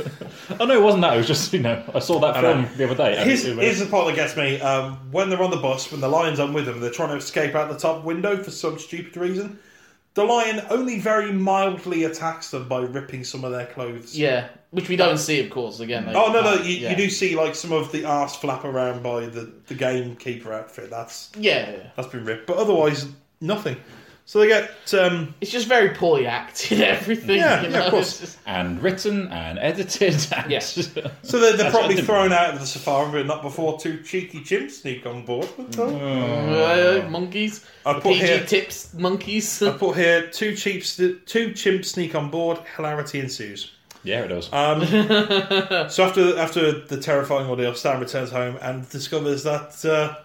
S3: oh, no, it wasn't that. It was just, you know, I saw that
S1: know.
S3: film the other day. and
S1: Here's,
S3: it was-
S1: here's the part that gets me. Um, when they're on the bus, when the lion's on with them, they're trying to escape out the top window for some stupid reason. The lion only very mildly attacks them by ripping some of their clothes.
S2: Yeah, which we don't see, of course. Again, like,
S1: Oh no, no,
S2: uh,
S1: you,
S2: yeah.
S1: you do see like some of the arse flap around by the, the gamekeeper outfit. That's
S2: Yeah, yeah.
S1: that's been ripped, but otherwise nothing. So they get um,
S2: it's just very poorly acted. Everything.
S1: Yeah,
S2: you
S1: yeah,
S2: know?
S1: of course.
S2: it's just-
S3: And written and edited. And
S2: Yes.
S1: so they're, they're
S3: That's
S1: probably
S3: what I
S1: thrown out of the safari, but not before two cheeky chimps sneak on board. But, uh,
S3: Mm.
S2: Uh, monkeys.
S1: I
S2: The
S1: put
S2: PG
S1: here-
S2: tips. Monkeys.
S1: I put here two cheeps, two chimps sneak on board. Hilarity ensues.
S3: yeah, it does.
S1: So after after the terrifying ordeal, Stan returns home and discovers that, uh,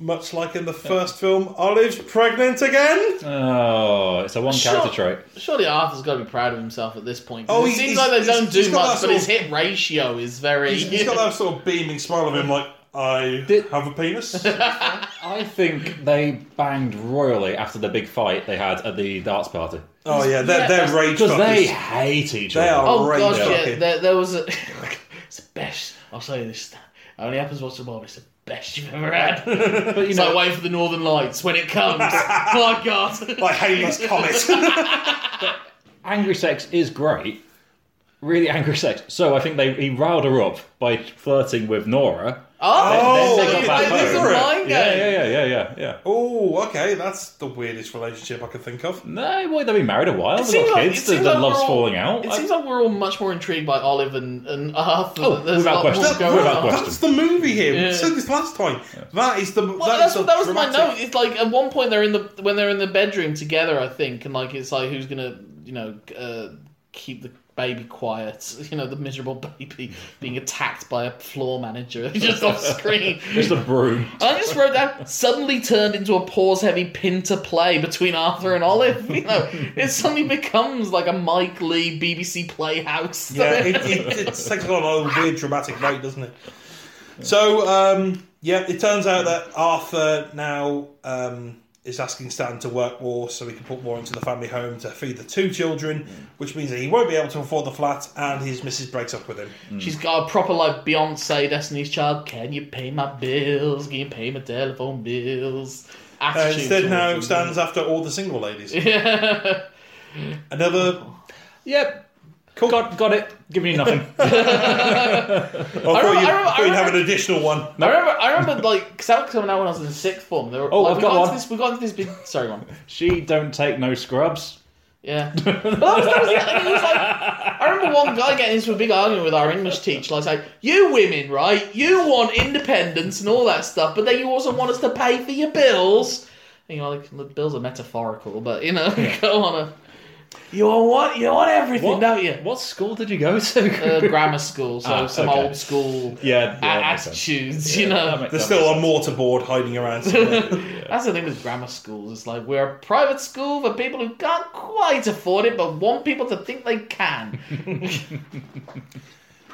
S1: much like in the first film, Olive's pregnant again.
S3: oh, it's a one character
S2: Sure.
S3: trait.
S2: Surely Arthur's got to be proud of himself at this point. 'cause
S1: Oh,
S2: it
S1: he-
S2: seems
S1: he's-
S2: like they
S1: he's-
S2: don't do
S1: he's got
S2: much,
S1: that
S2: but
S1: sort
S2: his
S1: of-
S2: hit ratio is very.
S1: He's- he's got that sort of beaming smile of him, like I
S3: Did-
S1: have a penis.
S3: I think they banged royally after the big fight they had at the darts party.
S1: Oh yeah, they're,
S2: Yeah,
S1: they're rage
S3: Because they
S1: fuckers.
S3: hate each
S1: They are-
S3: other.
S2: Oh
S1: Great
S2: gosh, yeah.
S1: fucking-
S2: There, there was a. it's the best. I'll say this. Stan. It only happens once in a while. but It's the best you've ever had.
S3: But, you
S2: It's
S3: know,
S2: like waiting for the Northern Lights when it comes. my God.
S1: Like Halo's comet.
S3: angry sex is great. Really angry sex. So I think they he riled her up by flirting with Nora.
S2: Oh,
S1: Oh,
S2: so
S1: they got
S2: you
S1: back
S2: play this
S1: over
S2: as a
S1: it.
S2: mind game.
S3: Yeah, yeah, yeah, yeah, yeah, yeah.
S1: oh, okay, that's the weirdest relationship I could think of.
S3: No, well, they've been married a while. They've
S2: seems
S3: got
S2: like- it
S3: kids. The
S2: seems
S3: the
S2: like
S3: love's
S2: we're all-
S3: falling out.
S2: It
S3: I-
S2: seems like we're all much more intrigued by Olive and, and Arthur.
S3: Oh,
S2: There's
S3: without
S2: a lot more
S3: question.
S2: going
S3: Without
S2: on.
S3: question.
S1: That's the movie here.
S2: Yeah.
S1: We said this last time. That is the.
S2: Well,
S1: that,
S2: that's,
S1: is the
S2: that was my note.
S1: dramatic-
S2: It's like at one point they're in the when they're in the bedroom together, I think, and like it's like who's gonna you know uh, keep the baby quiet? You know the miserable baby being attacked by a floor manager just off screen.
S3: It's the broom.
S2: I just wrote that suddenly turned into a pause heavy pin to play between Arthur and Olive. You know, it suddenly becomes like a Mike Lee BBC Playhouse.
S1: Yeah, it, it, it takes on a weird dramatic note, doesn't it? So, um, yeah, it turns out that Arthur now um, is asking Stan to work more so he can put more into the family home to feed the two children, which means that he won't be able to afford the flat, and his missus breaks up with him.
S3: Mm.
S2: She's got a proper like Beyonce Destiny's Child. Can you pay my bills? Can you pay my telephone bills?
S1: Uh,
S2: Attitude
S1: instead, now
S2: towards
S1: stands after all the single ladies.
S2: them. Yeah.
S1: Another oh,
S3: Yep.
S1: Cool.
S3: Got, got it. Give me nothing.
S1: I thought
S2: remember-
S1: you'd,
S2: I remember-
S1: thought you'd
S2: I
S1: have an additional one.
S2: I remember, I remember, like, because that was coming out when I was in sixth form. They were,
S3: Oh,
S2: like,
S3: I've
S2: we
S3: got
S2: into
S3: one.
S2: This, we got into this big. Sorry, one.
S3: she don't take no scrubs.
S2: Yeah. But that was, that was, the thing, it was like, I remember one guy getting into a big argument with our English teacher. Like, like, you women, right? You want independence and all that stuff, but then you also want us to pay for your bills. And you're like, the bills are metaphorical, but you know, go on. A, you want what? You want everything, don't you?
S3: What school did you go to?
S2: Uh, grammar school, so
S3: Ah,
S2: some
S3: okay.
S2: old school
S3: yeah,
S2: a- attitudes, you know.
S1: There's still a mortarboard hiding around somewhere.
S2: That's the thing with grammar schools. It's like we're a private school for people who can't quite afford it, but want people to think they can.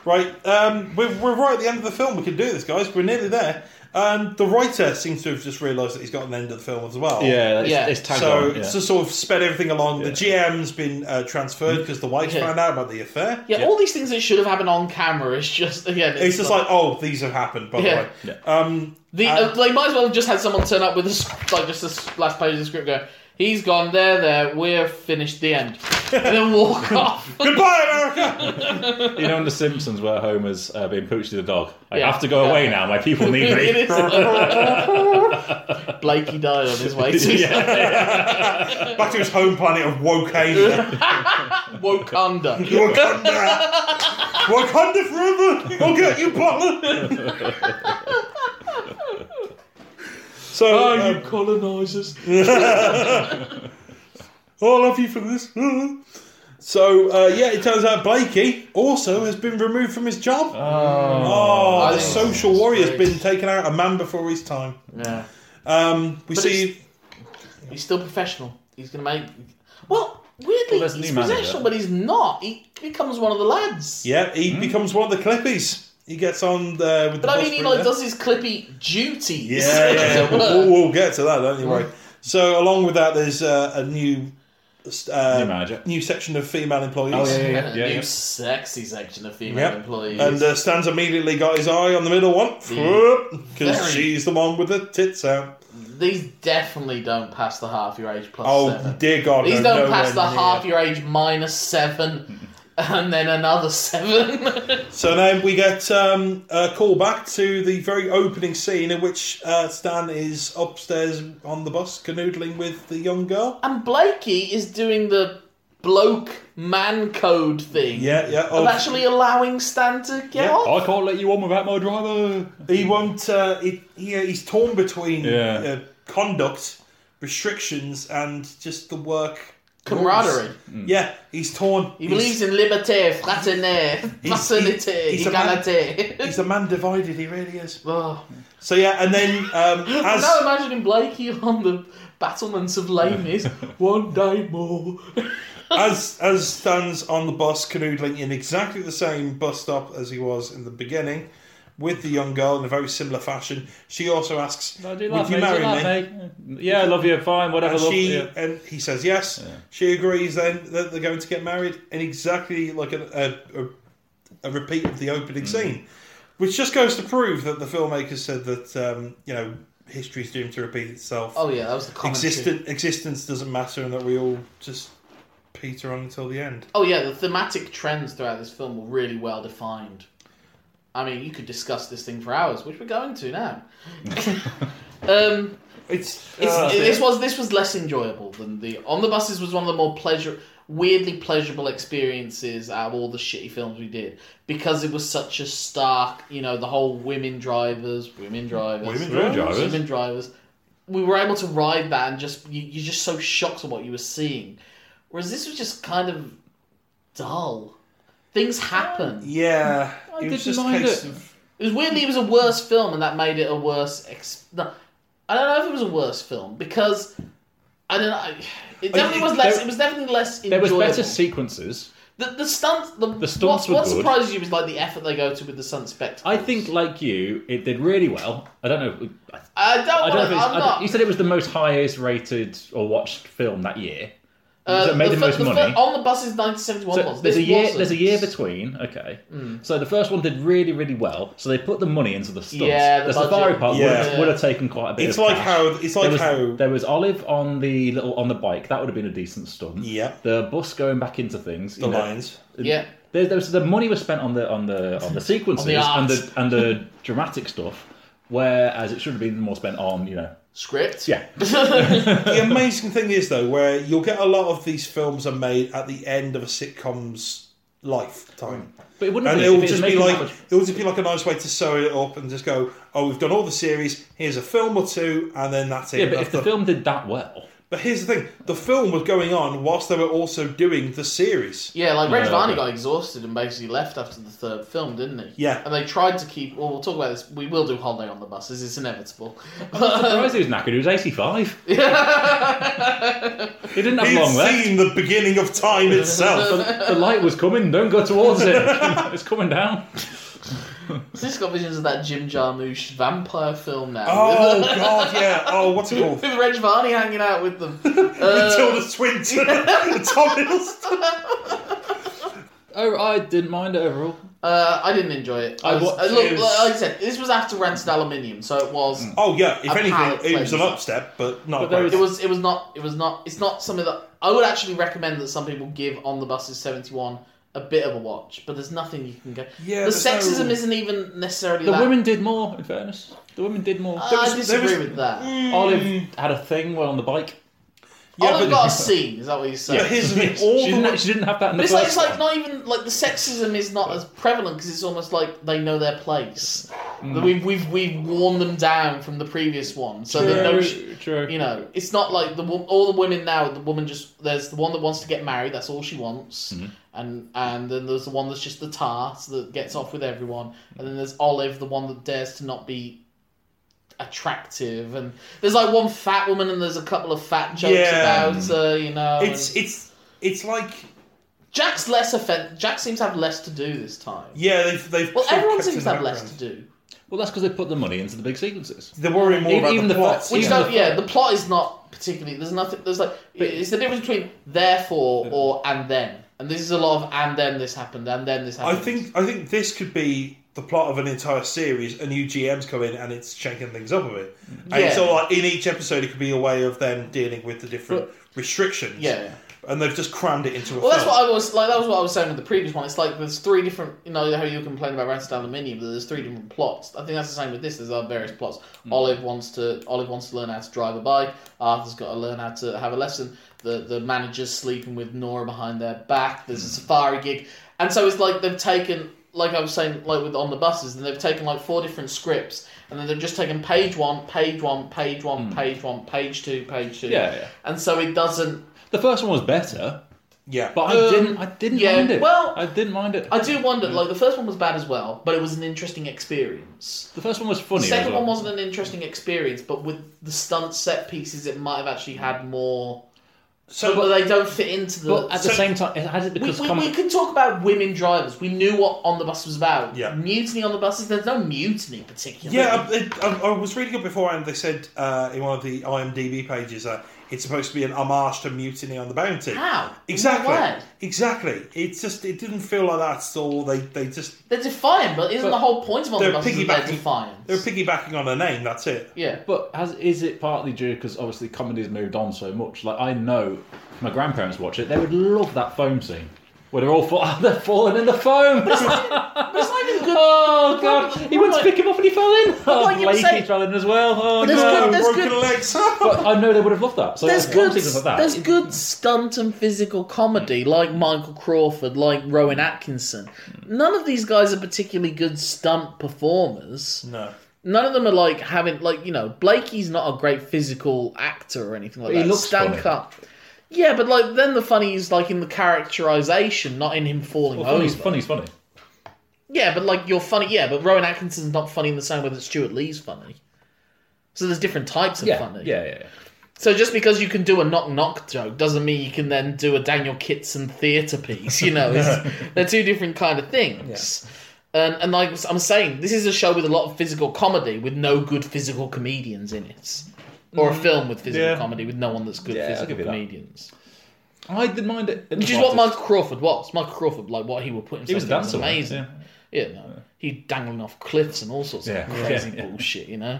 S1: Right, um, we're, we're right at the end of the film. We can do this, guys. We're nearly there. And the writer seems to have just realised that he's got an end of the film as well.
S3: Yeah, it's,
S2: Yeah.
S3: it's tagged
S1: So
S3: on, yeah.
S1: it's to sort of sped everything along. The GM's been uh, transferred because the wife
S2: Mm-hmm. Yeah.
S1: found out about the affair.
S2: Yeah,
S3: Yeah.
S2: all these things that should have happened on camera is just again.
S1: It's just like, oh, these have happened, by
S2: Yeah.
S1: the way.
S3: Yeah.
S1: Um,
S2: the
S1: uh,
S2: uh, they might as well have just had someone turn up with a sc- like just this last page of the script. Go, he's gone. There, there. We're finished. The end. And then walk off.
S1: Goodbye, America!
S3: You know, in The Simpsons, where Homer's uh, being poached to the dog. I
S2: Yeah.
S3: have to go
S2: Yeah.
S3: away now. My people need
S2: It
S3: me.
S2: is like- Blakey died on his way to
S1: Back to his home planet of Wokania.
S2: Wakanda.
S1: Wakanda! Wakanda forever! I'll get you, Butler! so,
S2: Oh,
S1: um,
S2: you colonizers.
S1: Oh, I love you for this. so uh, yeah, it turns out Blakey also has been removed from his job. Oh,
S2: I
S1: the
S2: think
S1: social
S2: that's
S1: warrior's
S2: great.
S1: been taken out, a man before his time.
S2: Yeah.
S1: Um, we
S2: But
S1: see.
S2: He's still professional. He's gonna make. Well, weirdly,
S3: Well, there's a
S2: he's
S3: new manager.
S2: professional, but he's not. He becomes one of the lads.
S1: Yeah,
S3: Hmm?
S1: he becomes one of the Clippies. He gets on there with the.
S2: But I
S1: boss
S2: mean, he
S1: through
S2: like
S1: there.
S2: does his clippy duties.
S1: Yeah, yeah,
S2: as
S1: yeah.
S2: it were.
S1: we'll, we'll get to that, don't you
S3: Hmm.
S1: worry. So along with that, there's uh, a new. Uh,
S3: New manager.
S1: new section of female employees.
S3: Oh, yeah,
S2: And
S3: yeah,
S2: a
S3: yeah.
S2: new
S3: yeah.
S2: sexy section of female
S1: Yep.
S2: employees.
S1: And uh, Stan's immediately got his eye on the middle one
S2: Very-
S3: Hmm.
S1: because she's the one with the tits out.
S2: These definitely don't pass the half your age plus
S1: Oh
S2: seven.
S1: dear God!
S2: These
S1: no,
S2: don't
S1: nowhere
S2: pass the
S1: near.
S2: half your age minus seven, and then another seven.
S1: So then we get um, a call back to the very opening scene in which uh, Stan is upstairs on the bus canoodling with the young girl.
S2: and Blakey is doing the bloke man code thing.
S1: Yeah, yeah.
S2: Of
S1: oh,
S2: actually allowing Stan to get
S1: Yeah.
S2: off.
S3: I can't let you on without my driver.
S1: he won't. Uh, he, he, he's torn between
S3: Yeah.
S1: uh, conduct restrictions and just the work rules.
S2: camaraderie.
S1: Yeah, he's torn.
S2: He believes in liberté, fraternité,
S1: He's-
S2: fraternité,
S1: he's a man-
S2: égalité.
S1: He's a man divided. He really is.
S2: Oh.
S1: So yeah, and then um,
S2: I'm
S1: as
S2: now imagining Blakey on the battlements of Lame is one day more.
S1: as as stands on the bus canoodling in exactly the same bus stop as he was in the beginning with the young girl in a very similar fashion she also asks
S3: I
S1: would
S3: do
S1: you
S3: love
S1: marry me
S3: Yeah, I love you. Fine, whatever.
S1: and
S3: Love,
S1: she
S3: yeah.
S1: and he says yes she agrees then that they're going to get married in exactly like a, a, a, a repeat of the opening scene which just goes to prove that the filmmakers said that um, you know history's doomed to repeat itself
S2: Oh yeah, that was the commentary.
S1: Existent, existence doesn't matter and that we all just peter on until the end
S2: Oh yeah, the thematic trends throughout this film were really well defined. I mean, you could discuss this thing for hours, which we're going to now. um,
S1: It's,
S2: It's,
S1: uh,
S2: this was this was less enjoyable than the on the buses was one of the more pleasure weirdly pleasurable experiences out of all the shitty films we did because it was such a stark you know the whole women drivers women drivers
S1: Women
S3: drivers?
S2: women drivers we were able to ride that and just you, you're just so shocked at what you were seeing whereas this was just kind of dull things happen
S1: yeah.
S3: I
S1: it was
S3: didn't
S1: just a
S3: mind
S1: case
S3: it.
S1: of
S2: it was weirdly it was a worse film, and that made it a worse. Ex- no, I don't know if it was a worse film because I don't know. It definitely
S1: it-
S2: was less.
S3: there-
S2: it was definitely less
S3: There
S2: enjoyable.
S3: was better sequences.
S2: the, the stunts. The,
S3: The stunts
S2: what, what
S3: were good.
S2: surprises you is like the effort they go to with the stunt spectacle.
S3: I think, like you, it did really well. I don't know. I,
S2: I don't.
S3: I
S2: wanna,
S3: don't know if it's,
S2: I'm
S3: I don't-
S2: not.
S3: you said it was the most highest rated or watched film that year.
S2: Uh,
S3: that made the
S2: fir-
S3: most
S2: fir-
S3: money?
S2: on the bus is 1971
S3: So
S2: was.
S3: there's a
S2: This
S3: year.
S2: wasn't. Mm.
S3: There's a year between. Okay. So the first one did really, really well. So they put the money into the stunts.
S2: Yeah, the budget.
S3: safari park would,
S1: Yeah.
S3: have, would have taken quite a bit.
S1: It's
S3: of
S1: like
S3: cash.
S1: how it's like
S3: there was,
S1: how
S3: there was Olive on the little on the bike. That would have been a decent stunt.
S1: Yep.
S3: The bus going back into things.
S1: the
S3: you know,
S1: lions.
S2: Yeah.
S3: There, there was, the money was spent on the on the on the sequences and
S2: arts.
S3: the and the dramatic stuff, whereas it should have been more spent on you know
S2: script.
S3: yeah
S1: the amazing thing is though, where you'll get a lot of these films are made at the end of a sitcom's lifetime.
S3: But it wouldn't
S1: And
S3: be
S1: it'll
S3: Mm. if it's
S1: just be
S3: making
S1: like
S3: that much-
S1: it'll just be like a nice way to sew it up and just go, oh, we've done all the series. Here's a film or two, and then that's it.
S3: yeah. But
S1: That's
S3: if the
S1: done.
S3: film did that well,
S1: But here's the thing: the film was going on whilst they were also doing the series.
S2: Yeah, like Red
S3: Yeah,
S2: Varney
S3: okay.
S2: got exhausted and basically left after the third film, didn't he?
S1: Yeah.
S2: And they tried to keep. Well, we'll talk about this. We will do holiday on the buses. It's inevitable.
S3: I'm surprised he was knackered. He was 85. He didn't have
S1: He'd
S3: long left.
S1: seen the beginning of time itself.
S3: The, the light was coming. Don't go towards it. it's coming down.
S2: So this got visions of that Jim Jarmusch vampire film now.
S1: oh
S2: with,
S1: God, yeah. Oh, what's it called?
S2: with Reg Varney hanging out with them. Uh,
S1: Tilda Swinton, Tom Hiddleston.
S3: Oh, I didn't mind it overall.
S2: uh, I didn't enjoy it. I,
S3: I
S2: was,
S3: watched-
S2: I- look,
S3: it was-
S2: like I said, this was after Rancid Aluminium, so it was.
S1: Oh yeah, if
S2: A palate
S1: anything, it was an
S2: cleanser.
S1: upstep, but not.
S3: But there
S1: great.
S2: It was. It was not. It was not. It's not something that I would actually recommend that some people give on the buses seventy one a bit of a watch. But there's nothing you can go.
S1: Yeah,
S2: the
S1: there's no-
S2: sexism isn't even necessarily
S3: The
S2: that.
S3: women did more, in fairness. The women did more.
S2: I
S1: there was- there
S2: disagree
S1: was- Mm.
S2: with that.
S3: Olive
S2: Mm.
S3: had a thing while on the bike.
S1: yeah,
S2: Olive
S1: but-
S2: got a scene. Is that what you say?
S1: But here's the thing:
S3: She
S1: all the
S3: didn't, she didn't have that in the
S2: But it's like,
S3: first
S2: it's like
S3: one.
S2: not even like the sexism is not as prevalent because it's almost like they know their place. We've we've we've worn them down from the previous one, so they know. Sh-
S3: True, true.
S2: you know, it's not like the wo- all the women now. The woman just there's the one that wants to get married. That's all she wants, and and then there's the one that's just the tart that gets off with everyone, and then there's Olive, the one that dares to not be attractive, and there's like one fat woman, and there's a couple of fat jokes
S1: Yeah.
S2: about her. You know,
S1: it's
S2: and-
S1: it's it's like
S2: Jack's less offend. Jack seems to have less to do this time.
S1: yeah, they've they've.
S2: Well,
S1: sort of
S2: everyone
S1: kept it
S2: seems
S1: in
S2: to
S1: the
S2: have less to
S1: background.
S2: do.
S3: Well, that's because they put the money into the big sequences.
S1: They're worrying more
S2: E-,
S3: Even-
S1: about
S3: even
S1: the
S3: the
S1: plot.
S3: fact-
S2: Which
S3: Yeah.
S2: don't, yeah, the plot is not particularly. There's nothing. There's like it's the difference between therefore or and then, and this is a lot of and then this happened and then this
S1: I
S2: happened.
S1: think I think this could be the plot of an entire series. A new GM's come in and it's shaking things up a bit. And it's
S2: Yeah.
S1: all like in each episode, it could be a way of them dealing with the different restrictions.
S2: Yeah.
S1: and they've just crammed it into a.
S2: Well, that's
S1: film.
S2: what I was like. That was what I was saying in the previous one. It's like there's three different. You know how you complain about Rancid Aluminium, that there's three different plots. I think that's the same with this. There's our various plots.
S3: Hmm.
S2: Olive wants to Olive wants to learn how to drive a bike. Arthur's got to learn how to have a lesson. The the manager's sleeping with Nora behind their back. There's a
S3: Hmm.
S2: safari gig, and so it's like they've taken. Like I was saying, like with on the buses, and they've taken like four different scripts, and then they've just taken page one, page one, page one, page one, page two, page two.
S3: Hmm. Yeah, yeah.
S2: And so it doesn't
S3: The first one was better,
S1: yeah,
S3: but I
S2: Um,
S3: didn't. I didn't
S2: yeah,
S3: mind it.
S2: well-
S3: I didn't mind it.
S2: I do wonder, like, the first one was bad as well, but it was an interesting experience.
S3: the first one was funny.
S2: The
S3: as
S2: second
S3: well.
S2: one wasn't an interesting experience, but with the stunt set pieces, it might have actually had more.
S1: so
S2: But they don't fit into the.
S3: But at the
S1: So-
S3: same time, it had it
S2: we,
S3: because
S2: we,
S3: common-
S2: we could talk about women drivers. We knew what On the Bus was about.
S1: Yeah.
S2: Mutiny on the buses, there's no mutiny particularly.
S1: Yeah, I, I, I was reading it beforehand. They said uh, in one of the IMDb pages that it's supposed to be an homage to Mutiny on the Bounty.
S2: How? In
S1: Exactly.
S2: what way?
S1: Exactly. It's just it didn't feel like that at all. They they just
S2: They're defiant, but isn't
S3: But
S2: the whole point of On the
S1: they're
S2: Buses that they're
S1: piggybacking-
S2: defiant?
S1: they're piggybacking on a name. That's it.
S2: yeah.
S3: But has, is it partly due because obviously comedy's moved on so much? Like I know my grandparents watch it; they would love that foam scene where they're all fall- they're falling in the foam.
S2: It's not even good.
S3: oh
S2: But-
S3: god! He went to pick him up and he fell in.
S2: But
S3: Oh,
S2: like you were
S3: Blakey
S2: saying-
S3: fell in as well. Oh
S2: There's
S3: no!
S2: good- there's
S1: broken
S2: good-
S1: legs.
S3: But I know they would have loved that. So
S2: There's
S3: one
S2: good,
S3: sequence of that.
S2: there's good stunt and physical comedy like Michael Crawford, like Rowan Atkinson. None of these guys are particularly good stunt performers.
S1: no.
S2: None of them are like having like you know Blakey's not a great physical actor or anything like
S3: But he
S2: that.
S3: looks
S2: Stan
S3: funny.
S2: Car- Yeah, but like then the funny is like in the characterization, not in him falling
S3: Well, funny's
S2: over.
S3: funny's funny.
S2: Yeah, but like you're funny. Yeah, but Rowan Atkinson's not funny in the same way that Stuart Lee's funny. So there's different types of
S3: Yeah,
S2: funny.
S3: yeah, yeah, yeah.
S2: So just because you can do a knock knock joke doesn't mean you can then do a Daniel Kitson theatre piece. You know, it's, they're two different kind of things. And, and like I'm saying, this is a show with a lot of physical comedy with no good physical comedians in it, or a film with physical
S1: yeah.
S2: comedy with no one that's good
S3: Yeah, I'll
S2: physical
S3: give you that.
S2: comedians.
S3: I didn't mind it.
S2: Which is what Michael Crawford was. Michael Crawford, like what he would put himself
S3: He was a
S2: through
S3: dancer.
S2: was
S3: wasn't he?
S2: amazing.
S3: Yeah.
S2: Yeah, no. he dangling off cliffs and all sorts
S3: Yeah.
S2: of crazy
S3: Yeah.
S2: bullshit, you know.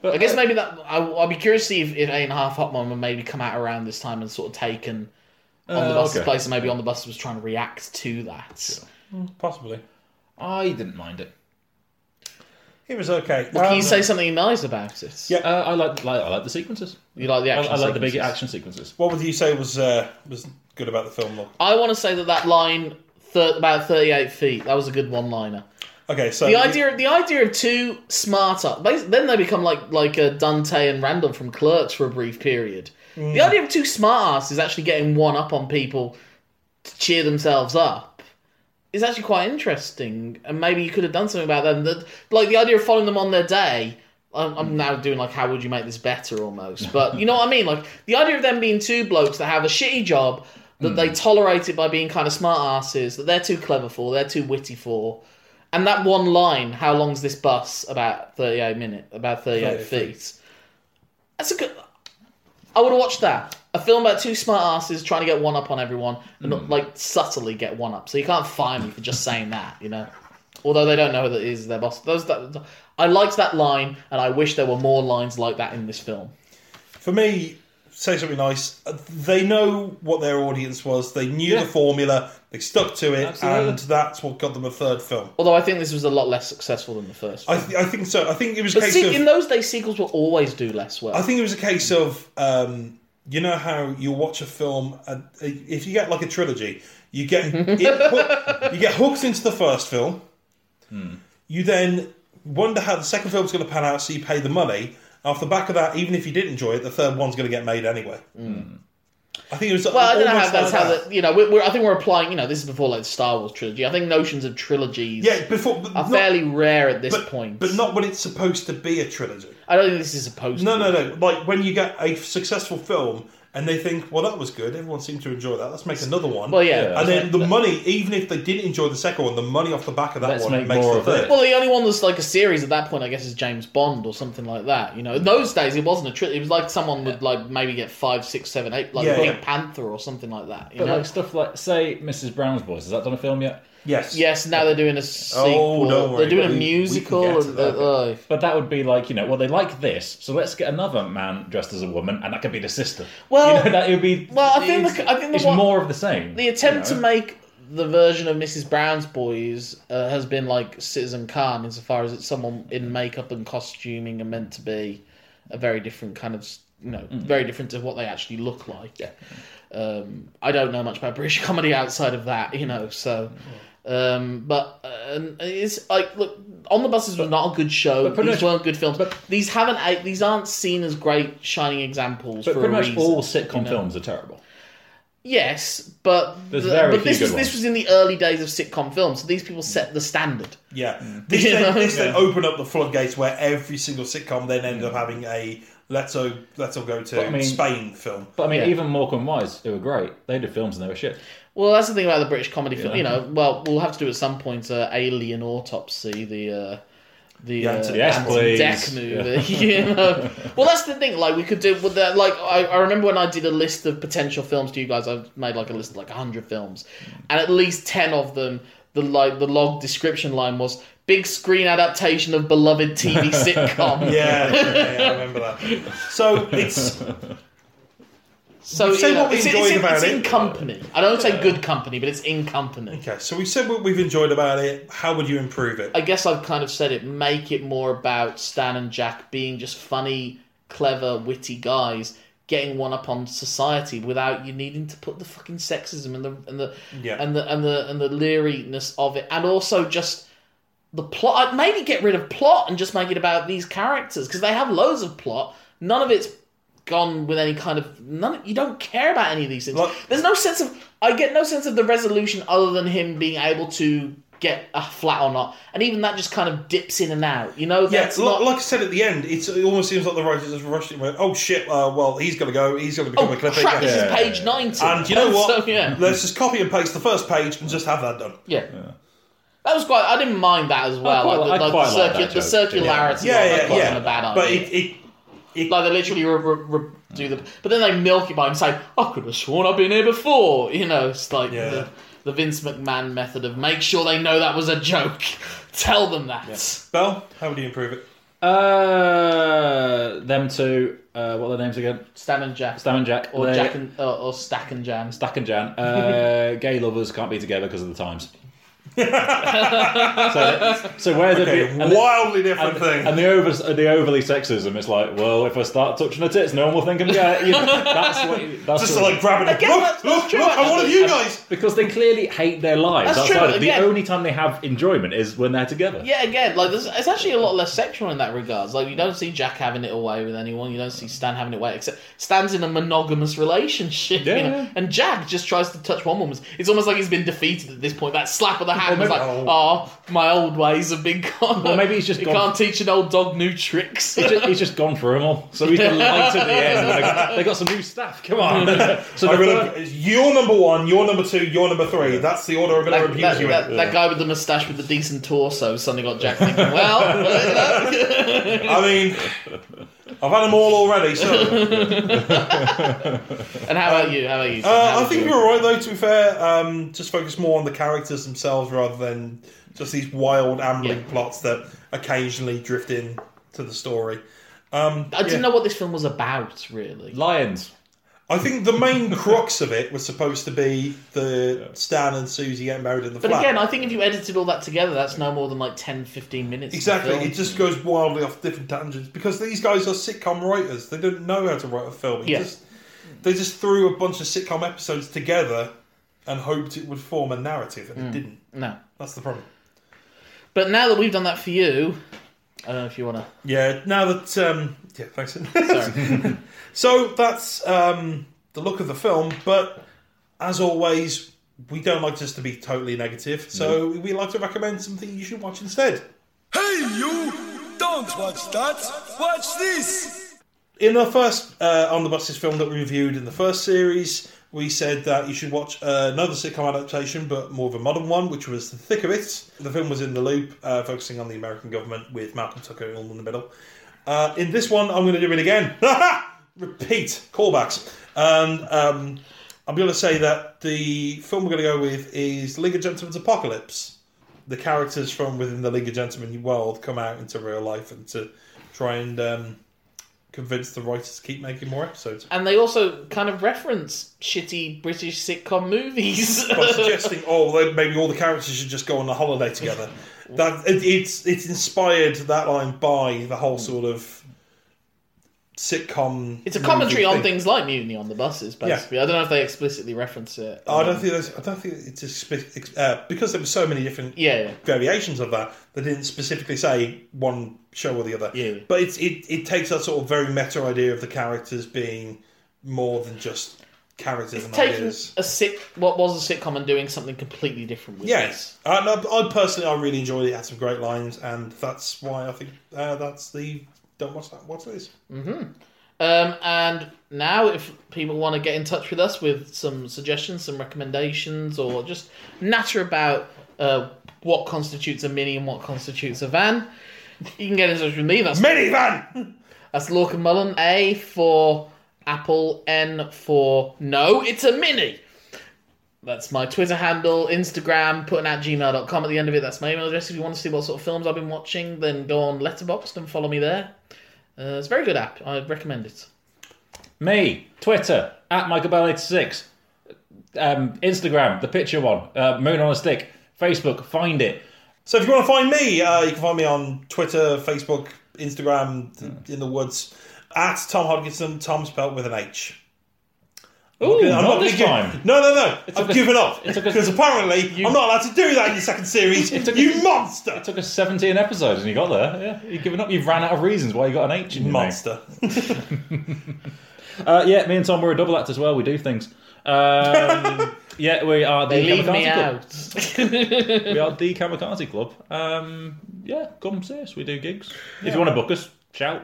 S3: But
S2: I guess maybe that I, I'll be curious to see if, if Eight and a Half Hotman would maybe come out around this time and sort of taken on the
S3: Uh,
S2: bus
S3: okay.
S2: place, and maybe on the bus was trying to react to that.
S1: Possibly.
S3: I didn't mind it.
S1: It was okay.
S2: Well, can
S1: Um,
S2: you say something nice about it?
S1: Yeah.
S3: Uh, I like, like I like the sequences.
S2: you like the
S3: I,
S2: action.
S3: I like the big
S2: sequences?
S3: action sequences.
S1: What would you say was uh, was good about the film? Look.
S2: I want to say that that line, thir- about thirty-eight feet, that was a good one-liner.
S1: Okay, so
S2: The idea, the idea of two smart up. bas- Then they become like like uh, Dante and Randall from Clerks for a brief period. The idea of two smart asses is actually getting one up on people to cheer themselves up is actually quite interesting. And maybe you could have done something about them. That like the idea of following them on their day. I'm, I'm now doing like how would you make this better almost, but you know what I mean. Like the idea of them being two blokes that have a shitty job that they tolerate it by being kind of smart asses that they're too clever for, they're too witty for. And that one line, how long's this bus? About thirty-eight minute, about thirty-eight
S1: 38
S2: feet.
S1: feet.
S2: That's a good. I would have watched that. A film about two smart asses trying to get one up on everyone, and not, like subtly get one up. So you can't fine me for just saying that, you know. Although they don't know who that is their boss. Those that I liked that line, and I wish there were more lines like that in this film.
S1: for me, say something nice. Uh, They know what their audience was. They knew
S3: Yeah.
S1: the formula. They stuck to it,
S3: Absolutely.
S1: and that's what got them a third film.
S2: Although I think this was a lot less successful than the first.
S1: I,
S2: One.
S1: th- I think so. I think it was a
S2: but
S1: case
S2: se-
S1: of.
S2: in those days, sequels will always do less well.
S1: I think it was a case of um, you know how you watch a film. Uh, if you get like a trilogy, you get it hook, you get hooked into the first film. You then wonder how the second film's going to pan out, so you pay the money. Off the back of that, even if you did enjoy it, the third one's going to get made anyway. I think it was.
S2: Well, I don't know how
S1: almost
S2: that's
S1: like
S2: how
S1: that.
S2: that. You know, we're, we're, I think we're applying. You know, this is before like the Star Wars trilogy. I think notions of trilogies
S1: Yeah, before but
S2: are
S1: not,
S2: fairly rare at this
S1: but,
S2: point.
S1: but not when it's supposed to be a trilogy.
S2: I don't think this is supposed.
S1: No, no,
S2: to be.
S1: no. Like when you get a successful film and they think, well, that was good. Everyone seemed to enjoy that. Let's make another one.
S2: Well, yeah.
S3: Yeah.
S1: And then the money, even if they didn't enjoy the second one, the money off the back of that
S3: Let's
S1: one
S3: make
S1: makes
S3: more
S1: the
S3: of it.
S1: third.
S2: Well, the only one that's like a series at that point, I guess, is James Bond or something like that. You know, in those days it wasn't a trilogy. It was like someone would like maybe get five, six, seven, eight, like
S1: Yeah,
S2: Black
S1: yeah.
S2: Panther or something like that. You
S3: But
S2: know.
S3: like stuff like say Mrs. Brown's Boys. Has that done a film yet?
S1: yes.
S2: Yes, now they're doing a sequel.
S1: don't worry,
S2: they're doing
S1: we-
S2: a
S1: we can
S2: musical.
S1: get to
S2: and,
S1: that.
S2: uh,
S3: But that would be like you know, well they like this, so let's get another man dressed as a woman, and that could be the sister.
S2: Well-
S3: you know, that it would be.
S2: well, I think
S3: it's,
S2: the, I think the
S3: it's
S2: one,
S3: more of the same.
S2: The attempt
S3: you know?
S2: to make the version of Mrs. Brown's Boys uh, has been like Citizen Khan, insofar as it's someone in makeup and costuming and meant to be a very different kind of, s- you know,
S3: Mm.
S2: very different to what they actually look like. Yeah. Um, I don't know much about British comedy outside of that, you know, so. Um, but uh, it's like look, on the buses was not a good show.
S3: pretty
S2: these
S3: much-
S2: weren't good films.
S3: but-
S2: these haven't a- these aren't seen as great shining examples.
S3: But
S2: for
S3: pretty
S2: a
S3: much
S2: reason,
S3: all
S2: you
S3: sitcom
S2: know?
S3: films are terrible.
S2: Yes, but
S3: There's
S2: th-
S3: very
S2: but
S3: few
S2: this
S3: good
S2: was this
S3: ones.
S2: was in the early days of sitcom films. So these people set the standard.
S1: Yeah. This,
S2: You know?
S1: then, this then
S3: Yeah.
S1: opened up the floodgates where every single sitcom then ended up having a let's all, let's all go to
S3: I mean-
S1: Spain film.
S3: But I mean,
S2: Yeah.
S3: even Morecambe and Wise, they were great. They did films and they were shit.
S2: Well, that's the thing about the British comedy film.
S3: Yeah.
S2: You know, well, we'll have to do at some point uh, Alien Autopsy, the uh, the
S1: Yeah,
S2: uh,
S1: to-
S3: yes,
S2: Anton
S3: please.
S2: Deck movie. you know? Well, that's the thing. Like we could do with that. Like I, I remember when I did a list of potential films to you guys. I've made like a list of like hundred films, and at least ten of them, the like the log description line was big screen adaptation of beloved TV sitcom.
S1: Yeah, yeah, yeah, I remember that. So it's
S2: So
S1: We've said
S2: you know,
S1: what we
S2: it's,
S1: enjoyed
S2: it's,
S1: about
S2: it's in
S1: it.
S2: company. I don't say good company, but it's in company.
S1: okay. So we said what we've enjoyed about it. How would you improve it?
S2: I guess I've kind of said it. Make it more about Stan and Jack being just funny, clever, witty guys getting one up on society without you needing to put the fucking sexism and the and the
S1: Yeah.
S2: and the and the and the leeriness of it, and also just the plot. I'd maybe get rid of plot and just make it about these characters because they have loads of plot. None of it's gone with any kind of none. You don't care about any of these things.
S1: Like-
S2: There's no sense of. I get no sense of the resolution other than him being able to get a flat or not, and even that just kind of dips in and out. You know,
S1: Yeah,
S2: that's
S1: li-
S2: not.
S1: like I said at the end, it's, it almost seems like the writers just rushed it. And went, oh shit! Uh, well, he's going to go. He's going to become
S2: Oh
S1: a clip.
S2: crap! This is
S3: yeah.
S2: page ninety.
S1: And you know what?
S2: So, yeah.
S1: Let's just copy and paste the first page and just have that done.
S2: Yeah. That was quite. I didn't mind that as well.
S3: Oh, quite
S2: like,
S3: like-
S2: the,
S3: I
S2: like,
S3: quite
S2: the,
S3: like
S2: circu-
S3: that
S2: the
S3: joke, yeah.
S2: circularity.
S1: Yeah,
S2: of it
S1: yeah,
S2: wasn't
S1: yeah.
S2: a bad idea.
S1: But it, it
S2: like they literally re- re- re- do the. But then they milk it by saying, "I could have sworn I've been here before." You know, it's like
S1: Yeah.
S2: the, the Vince McMahon method of make sure they know that was a joke. Tell them that.
S1: Bell, how would you improve it?
S3: Uh, them two. Uh, what are their names again?
S2: Stan and Jack,
S3: Stan and Jack.
S2: or
S3: They-
S2: Jack and uh, or, or Stack and Jam.
S3: Stack and Jan. Uh, gay lovers can't be together because of the times. so, so where the
S1: Okay,
S3: and the-
S1: wildly different
S3: and,
S1: thing.
S3: and the over the overly sexism, it's like, well, if I start touching her tits, no one will think I'm gay. You know, that's what. you- That's
S1: Just
S3: what-
S1: like grabbing it.
S2: Again,
S1: Look,
S2: that's- that's
S1: look,
S2: true,
S1: look, I'm one of
S2: actually.
S1: you guys.
S3: because they clearly hate their lives.
S2: That's
S3: outside
S2: true,
S3: of- the
S2: again.
S3: only time they have enjoyment is when they're together.
S2: Yeah, again, like there's, it's actually a lot less sexual in that regards. Like you don't see Jack having it away with anyone. You don't see Stan having it away. Except Stan's in a monogamous relationship,
S3: Yeah,
S2: you know.
S3: yeah.
S2: And Jack just tries to touch one woman. It's almost like he's been defeated at this point. That slap of the hand
S3: Or
S2: was
S3: maybe-
S2: like, oh, my old ways have been gone.
S3: Or maybe he's just
S2: you
S3: gone-
S2: can't teach an old dog new tricks.
S3: He's just, he's just gone for them all, so he's delighted at the end. They got, they got some new staff. Come on. so
S1: I'm
S3: the
S1: gonna,
S3: fir-
S1: you're number one, you're number two, you're number three. That's the order I'm going to
S2: That,
S1: abuse
S2: that-
S1: you
S2: that-
S1: in.
S2: that guy with the moustache with the decent torso suddenly got Jack thinking, well, you know.
S1: I mean, I've had them all already, so.
S2: and how
S3: Um,
S2: about you? How about you?
S1: Uh, I think you're right, though, to be fair. Um, just focus more on the characters themselves rather than just these wild, ambling
S2: Yeah.
S1: plots that occasionally drift in to the story. Um,
S2: I didn't
S1: yeah.
S2: know what this film was about, really.
S3: Lions.
S1: I think the main crux of it was supposed to be the Stan and Susie getting married in the
S2: But
S1: flat.
S2: again, I think if you edited all that together, that's no more than like 10, 15 minutes. of
S1: Exactly,
S2: film.
S1: it just goes wildly off different tangents because these guys are sitcom writers. They don't know how to write a film. It
S2: Yeah.
S1: just, they just threw a bunch of sitcom episodes together and hoped it would form a narrative,
S2: Mm.
S1: and it didn't.
S2: No.
S1: That's the problem.
S2: But now that we've done that for you, I don't know if you want to.
S1: Yeah, now that um, yeah, thanks.
S2: Sorry.
S1: so that's um, the look of the film, but as always, we don't like this to be totally negative, so we like to recommend something you should watch instead.
S5: Hey, you! Don't watch that! Watch this!
S1: in the first uh, on the buses film that we reviewed in the first series, we said that you should watch uh, another sitcom adaptation, but more of a modern one, which was The Thick of It. The film was in the loop, uh, focusing on the American government with Malcolm Tucker all in the middle. Uh, in this one, I'm going to do it again. Repeat callbacks, and um, I'm going to say that the film we're going to go with is League of Gentlemen's Apocalypse the characters from within the League of Gentlemen world come out into real life and to try and um, convince the writers to keep making more episodes
S2: and they also kind of reference shitty British sitcom movies.
S1: by suggesting, oh, then maybe all the characters should just go on a holiday together. That it, it's it's inspired that line by the whole sort of sitcom.
S2: Hmm. it's a
S1: movie
S2: commentary on
S1: thing.
S2: things like Mutiny on the Buses, basically. I don't know if they explicitly reference it.
S1: I don't think there's- I don't think it's expe- uh, because there were so many different
S2: Yeah, yeah.
S1: variations of that. They didn't specifically say one show or the other.
S2: Yeah.
S1: But it's, it it takes that sort of very meta idea of the characters being more than just characters and
S2: Taking a
S1: ideas.
S2: sit, what was a sitcom and doing something completely different with
S1: Yes, and I, I personally I really enjoyed it. it. Had some great lines, and that's why I think uh, that's the don't watch that. What's this?
S2: this. Um, and now, if people want to get in touch with us with some suggestions, some recommendations, or just natter about uh, what constitutes a mini and what constitutes a van, you can get in touch with me. That's
S1: Minivan.
S2: That's Lorcan Mullen. A for Apple, N for no, it's a mini. That's my Twitter handle, Instagram, putting out gmail.com at the end of it. That's my email address. If you want to see what sort of films I've been watching, then go on Letterboxd and follow me there. Uh, it's a very good app. I recommend it.
S3: Me, Twitter, at MichaelBell86. Um, Instagram, the picture one, uh, Moon on a Stick. Facebook, find it.
S1: So if you want to find me, uh, you can find me on Twitter, Facebook, Instagram,
S3: Hmm.
S1: in the woods at Tom Hodgkinson. Tom spelled with an H.
S3: Ooh,
S1: I'm
S3: not
S1: gonna
S3: this
S1: give-
S3: time.
S1: No, no, no. I've
S3: took us-
S1: given up
S3: it took us-
S1: because apparently I'm not allowed to do that in the second series.
S3: took
S1: you monster!
S3: It took us 17 episodes and you got there. Yeah, you've given up. You've ran out of reasons why you got an H in your name.
S1: monster.
S3: Uh, yeah, me and Tom, we're a double act as well. We do things. Um, yeah, we are the
S2: They leave
S3: Kamikaze
S2: me
S3: Club.
S2: out.
S3: We are the Kamikaze Club. Um, yeah, come see us. We do gigs. If you want to book us, shout.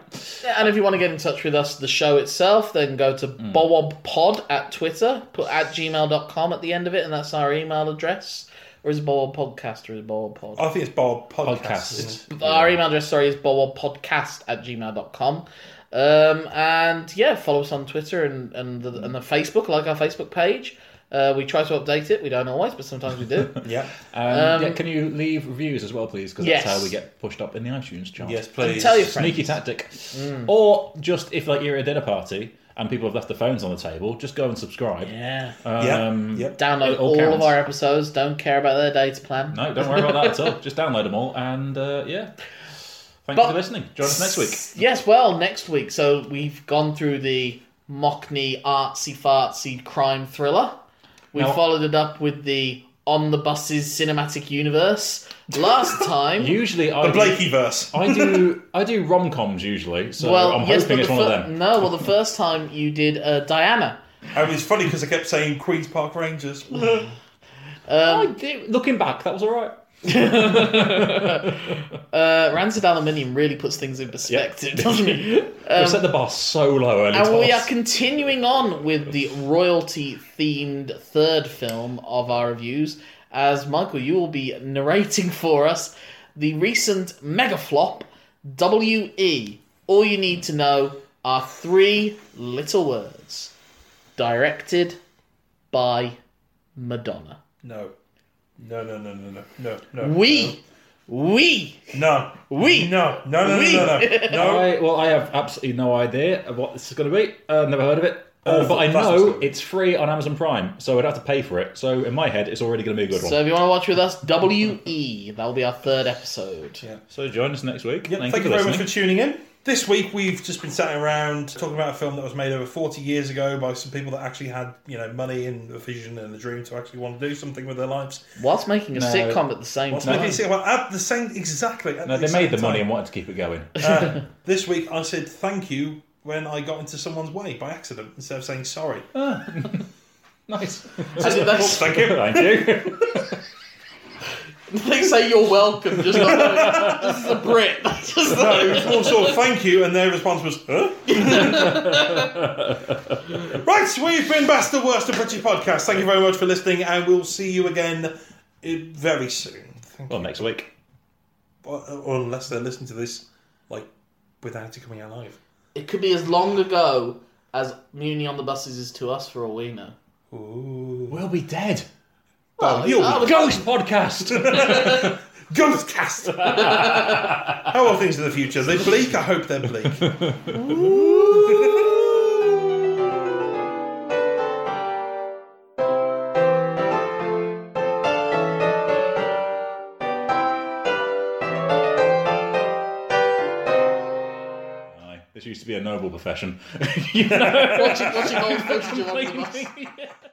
S2: And if you want to get in touch with us, the show itself, then go to
S3: Hmm.
S2: bobobpod at Twitter, put at gmail.com at the end of it, and that's our email address. Or is it Bob Podcast or is it Bob Pod?
S1: I think it's Bob podcast.
S3: Podcast. Um,
S1: isn't it?
S2: Our email address, sorry, is bobobpodcast at gmail.com. Um, and yeah, follow us on Twitter and and the, and the Facebook, like our Facebook page. Uh, we try to update it. We don't always, but sometimes we do.
S1: Yeah.
S3: Um, yeah,
S2: Um,
S3: can you leave reviews as well, please? Because
S2: yes.
S3: that's how we get pushed up in the iTunes chart.
S1: Yes, please.
S2: tell your friends.
S3: Sneaky tactic.
S2: Mm.
S3: Or just if like you're at a dinner party and people have left their phones on the table, just go and subscribe.
S2: Yeah.
S1: Yeah.
S3: Um,
S1: yep.
S2: Download
S3: It all
S2: all, of
S3: counts.
S2: our episodes. Don't care about their data plan.
S3: No, don't worry about that at all. Just download them all, and uh, yeah. Thank
S2: But-
S3: you for listening. Join us next week.
S2: Yes, well, next week. So we've gone through the Mockney artsy fartsy crime thriller. We
S3: Now-
S2: followed it up with the On the Buses cinematic universe. Last time.
S3: Usually, I
S1: The
S3: do-
S1: Blakey verse.
S3: I do I do rom coms usually, so I'm
S2: yes, but
S3: hoping it's
S2: the
S3: one of
S2: fir-
S3: them.
S2: No, well, the first time you did uh, Diana.
S1: And it's funny because I kept saying Queen's Park Rangers.
S3: I did- looking back, that was all right.
S2: Uh, Rancid Aluminium really puts things in perspective, doesn't it?
S3: we set the bar so low early.
S2: And we are
S3: tasks.
S2: continuing on with the royalty themed third film of our reviews, as Michael, you will be narrating for us the recent mega flop WE. All you need to know are three little words. Directed by Madonna.
S1: No. No, no, no, no, no, no, no.
S2: We, we,
S1: No.
S2: We.
S1: No. No, no, no,
S2: We.
S1: no, no. no.
S3: I, well, I have absolutely no idea of what this is going to be. Uh, never heard of it. Uh,
S1: Awful.
S3: but I
S1: That's
S3: know
S1: awesome.
S3: it's free on Amazon Prime, so I'd have to pay for it. So in my head, it's already going to be a good
S2: So
S3: one.
S2: if you want to watch with us, WE. That will be our third episode.
S3: So join us next week.
S1: Yeah,
S3: Thank,
S1: thank you
S3: for
S1: very much
S3: listening.
S1: for tuning in. This week we've just been sat around talking about a film that was made over 40 years ago by some people that actually had, you know, money and a vision and a dream to actually want to do something with their lives.
S2: Whilst making a
S3: No.
S2: sitcom at the same
S1: What's
S2: time.
S1: making it seem- well, at the same exactly. at
S3: No,
S1: the
S3: they made
S1: exact
S3: the money
S1: time.
S3: and wanted to keep it going.
S1: Uh, this week I said thank you when I got into someone's way by accident instead of saying sorry.
S3: Oh. nice.
S2: I think that's-
S1: Thank you.
S3: Thank you.
S2: They say you're welcome. Just like, this is a Brit. Just
S1: No, it
S2: like,
S1: was more sort of thank you, and their response was, huh? right, we've been Best the Worst of British Podcast. Thank you very much for listening, and we'll see you again uh, very soon. Thank
S3: well, next week.
S1: Or, or unless they're listening to this, like, without it coming out live.
S2: it could be as long ago as Muni on the buses is to us for all we know.
S1: Ooh.
S3: We'll be dead.
S1: Well, you'll
S2: I was-
S3: Ghost podcast.
S1: Ghost cast! How are things in the future? They're bleak, I hope they're bleak.
S3: Aye, this used to be a noble profession. you know,
S2: Watching, watching old footage of on the bus.
S3: completely.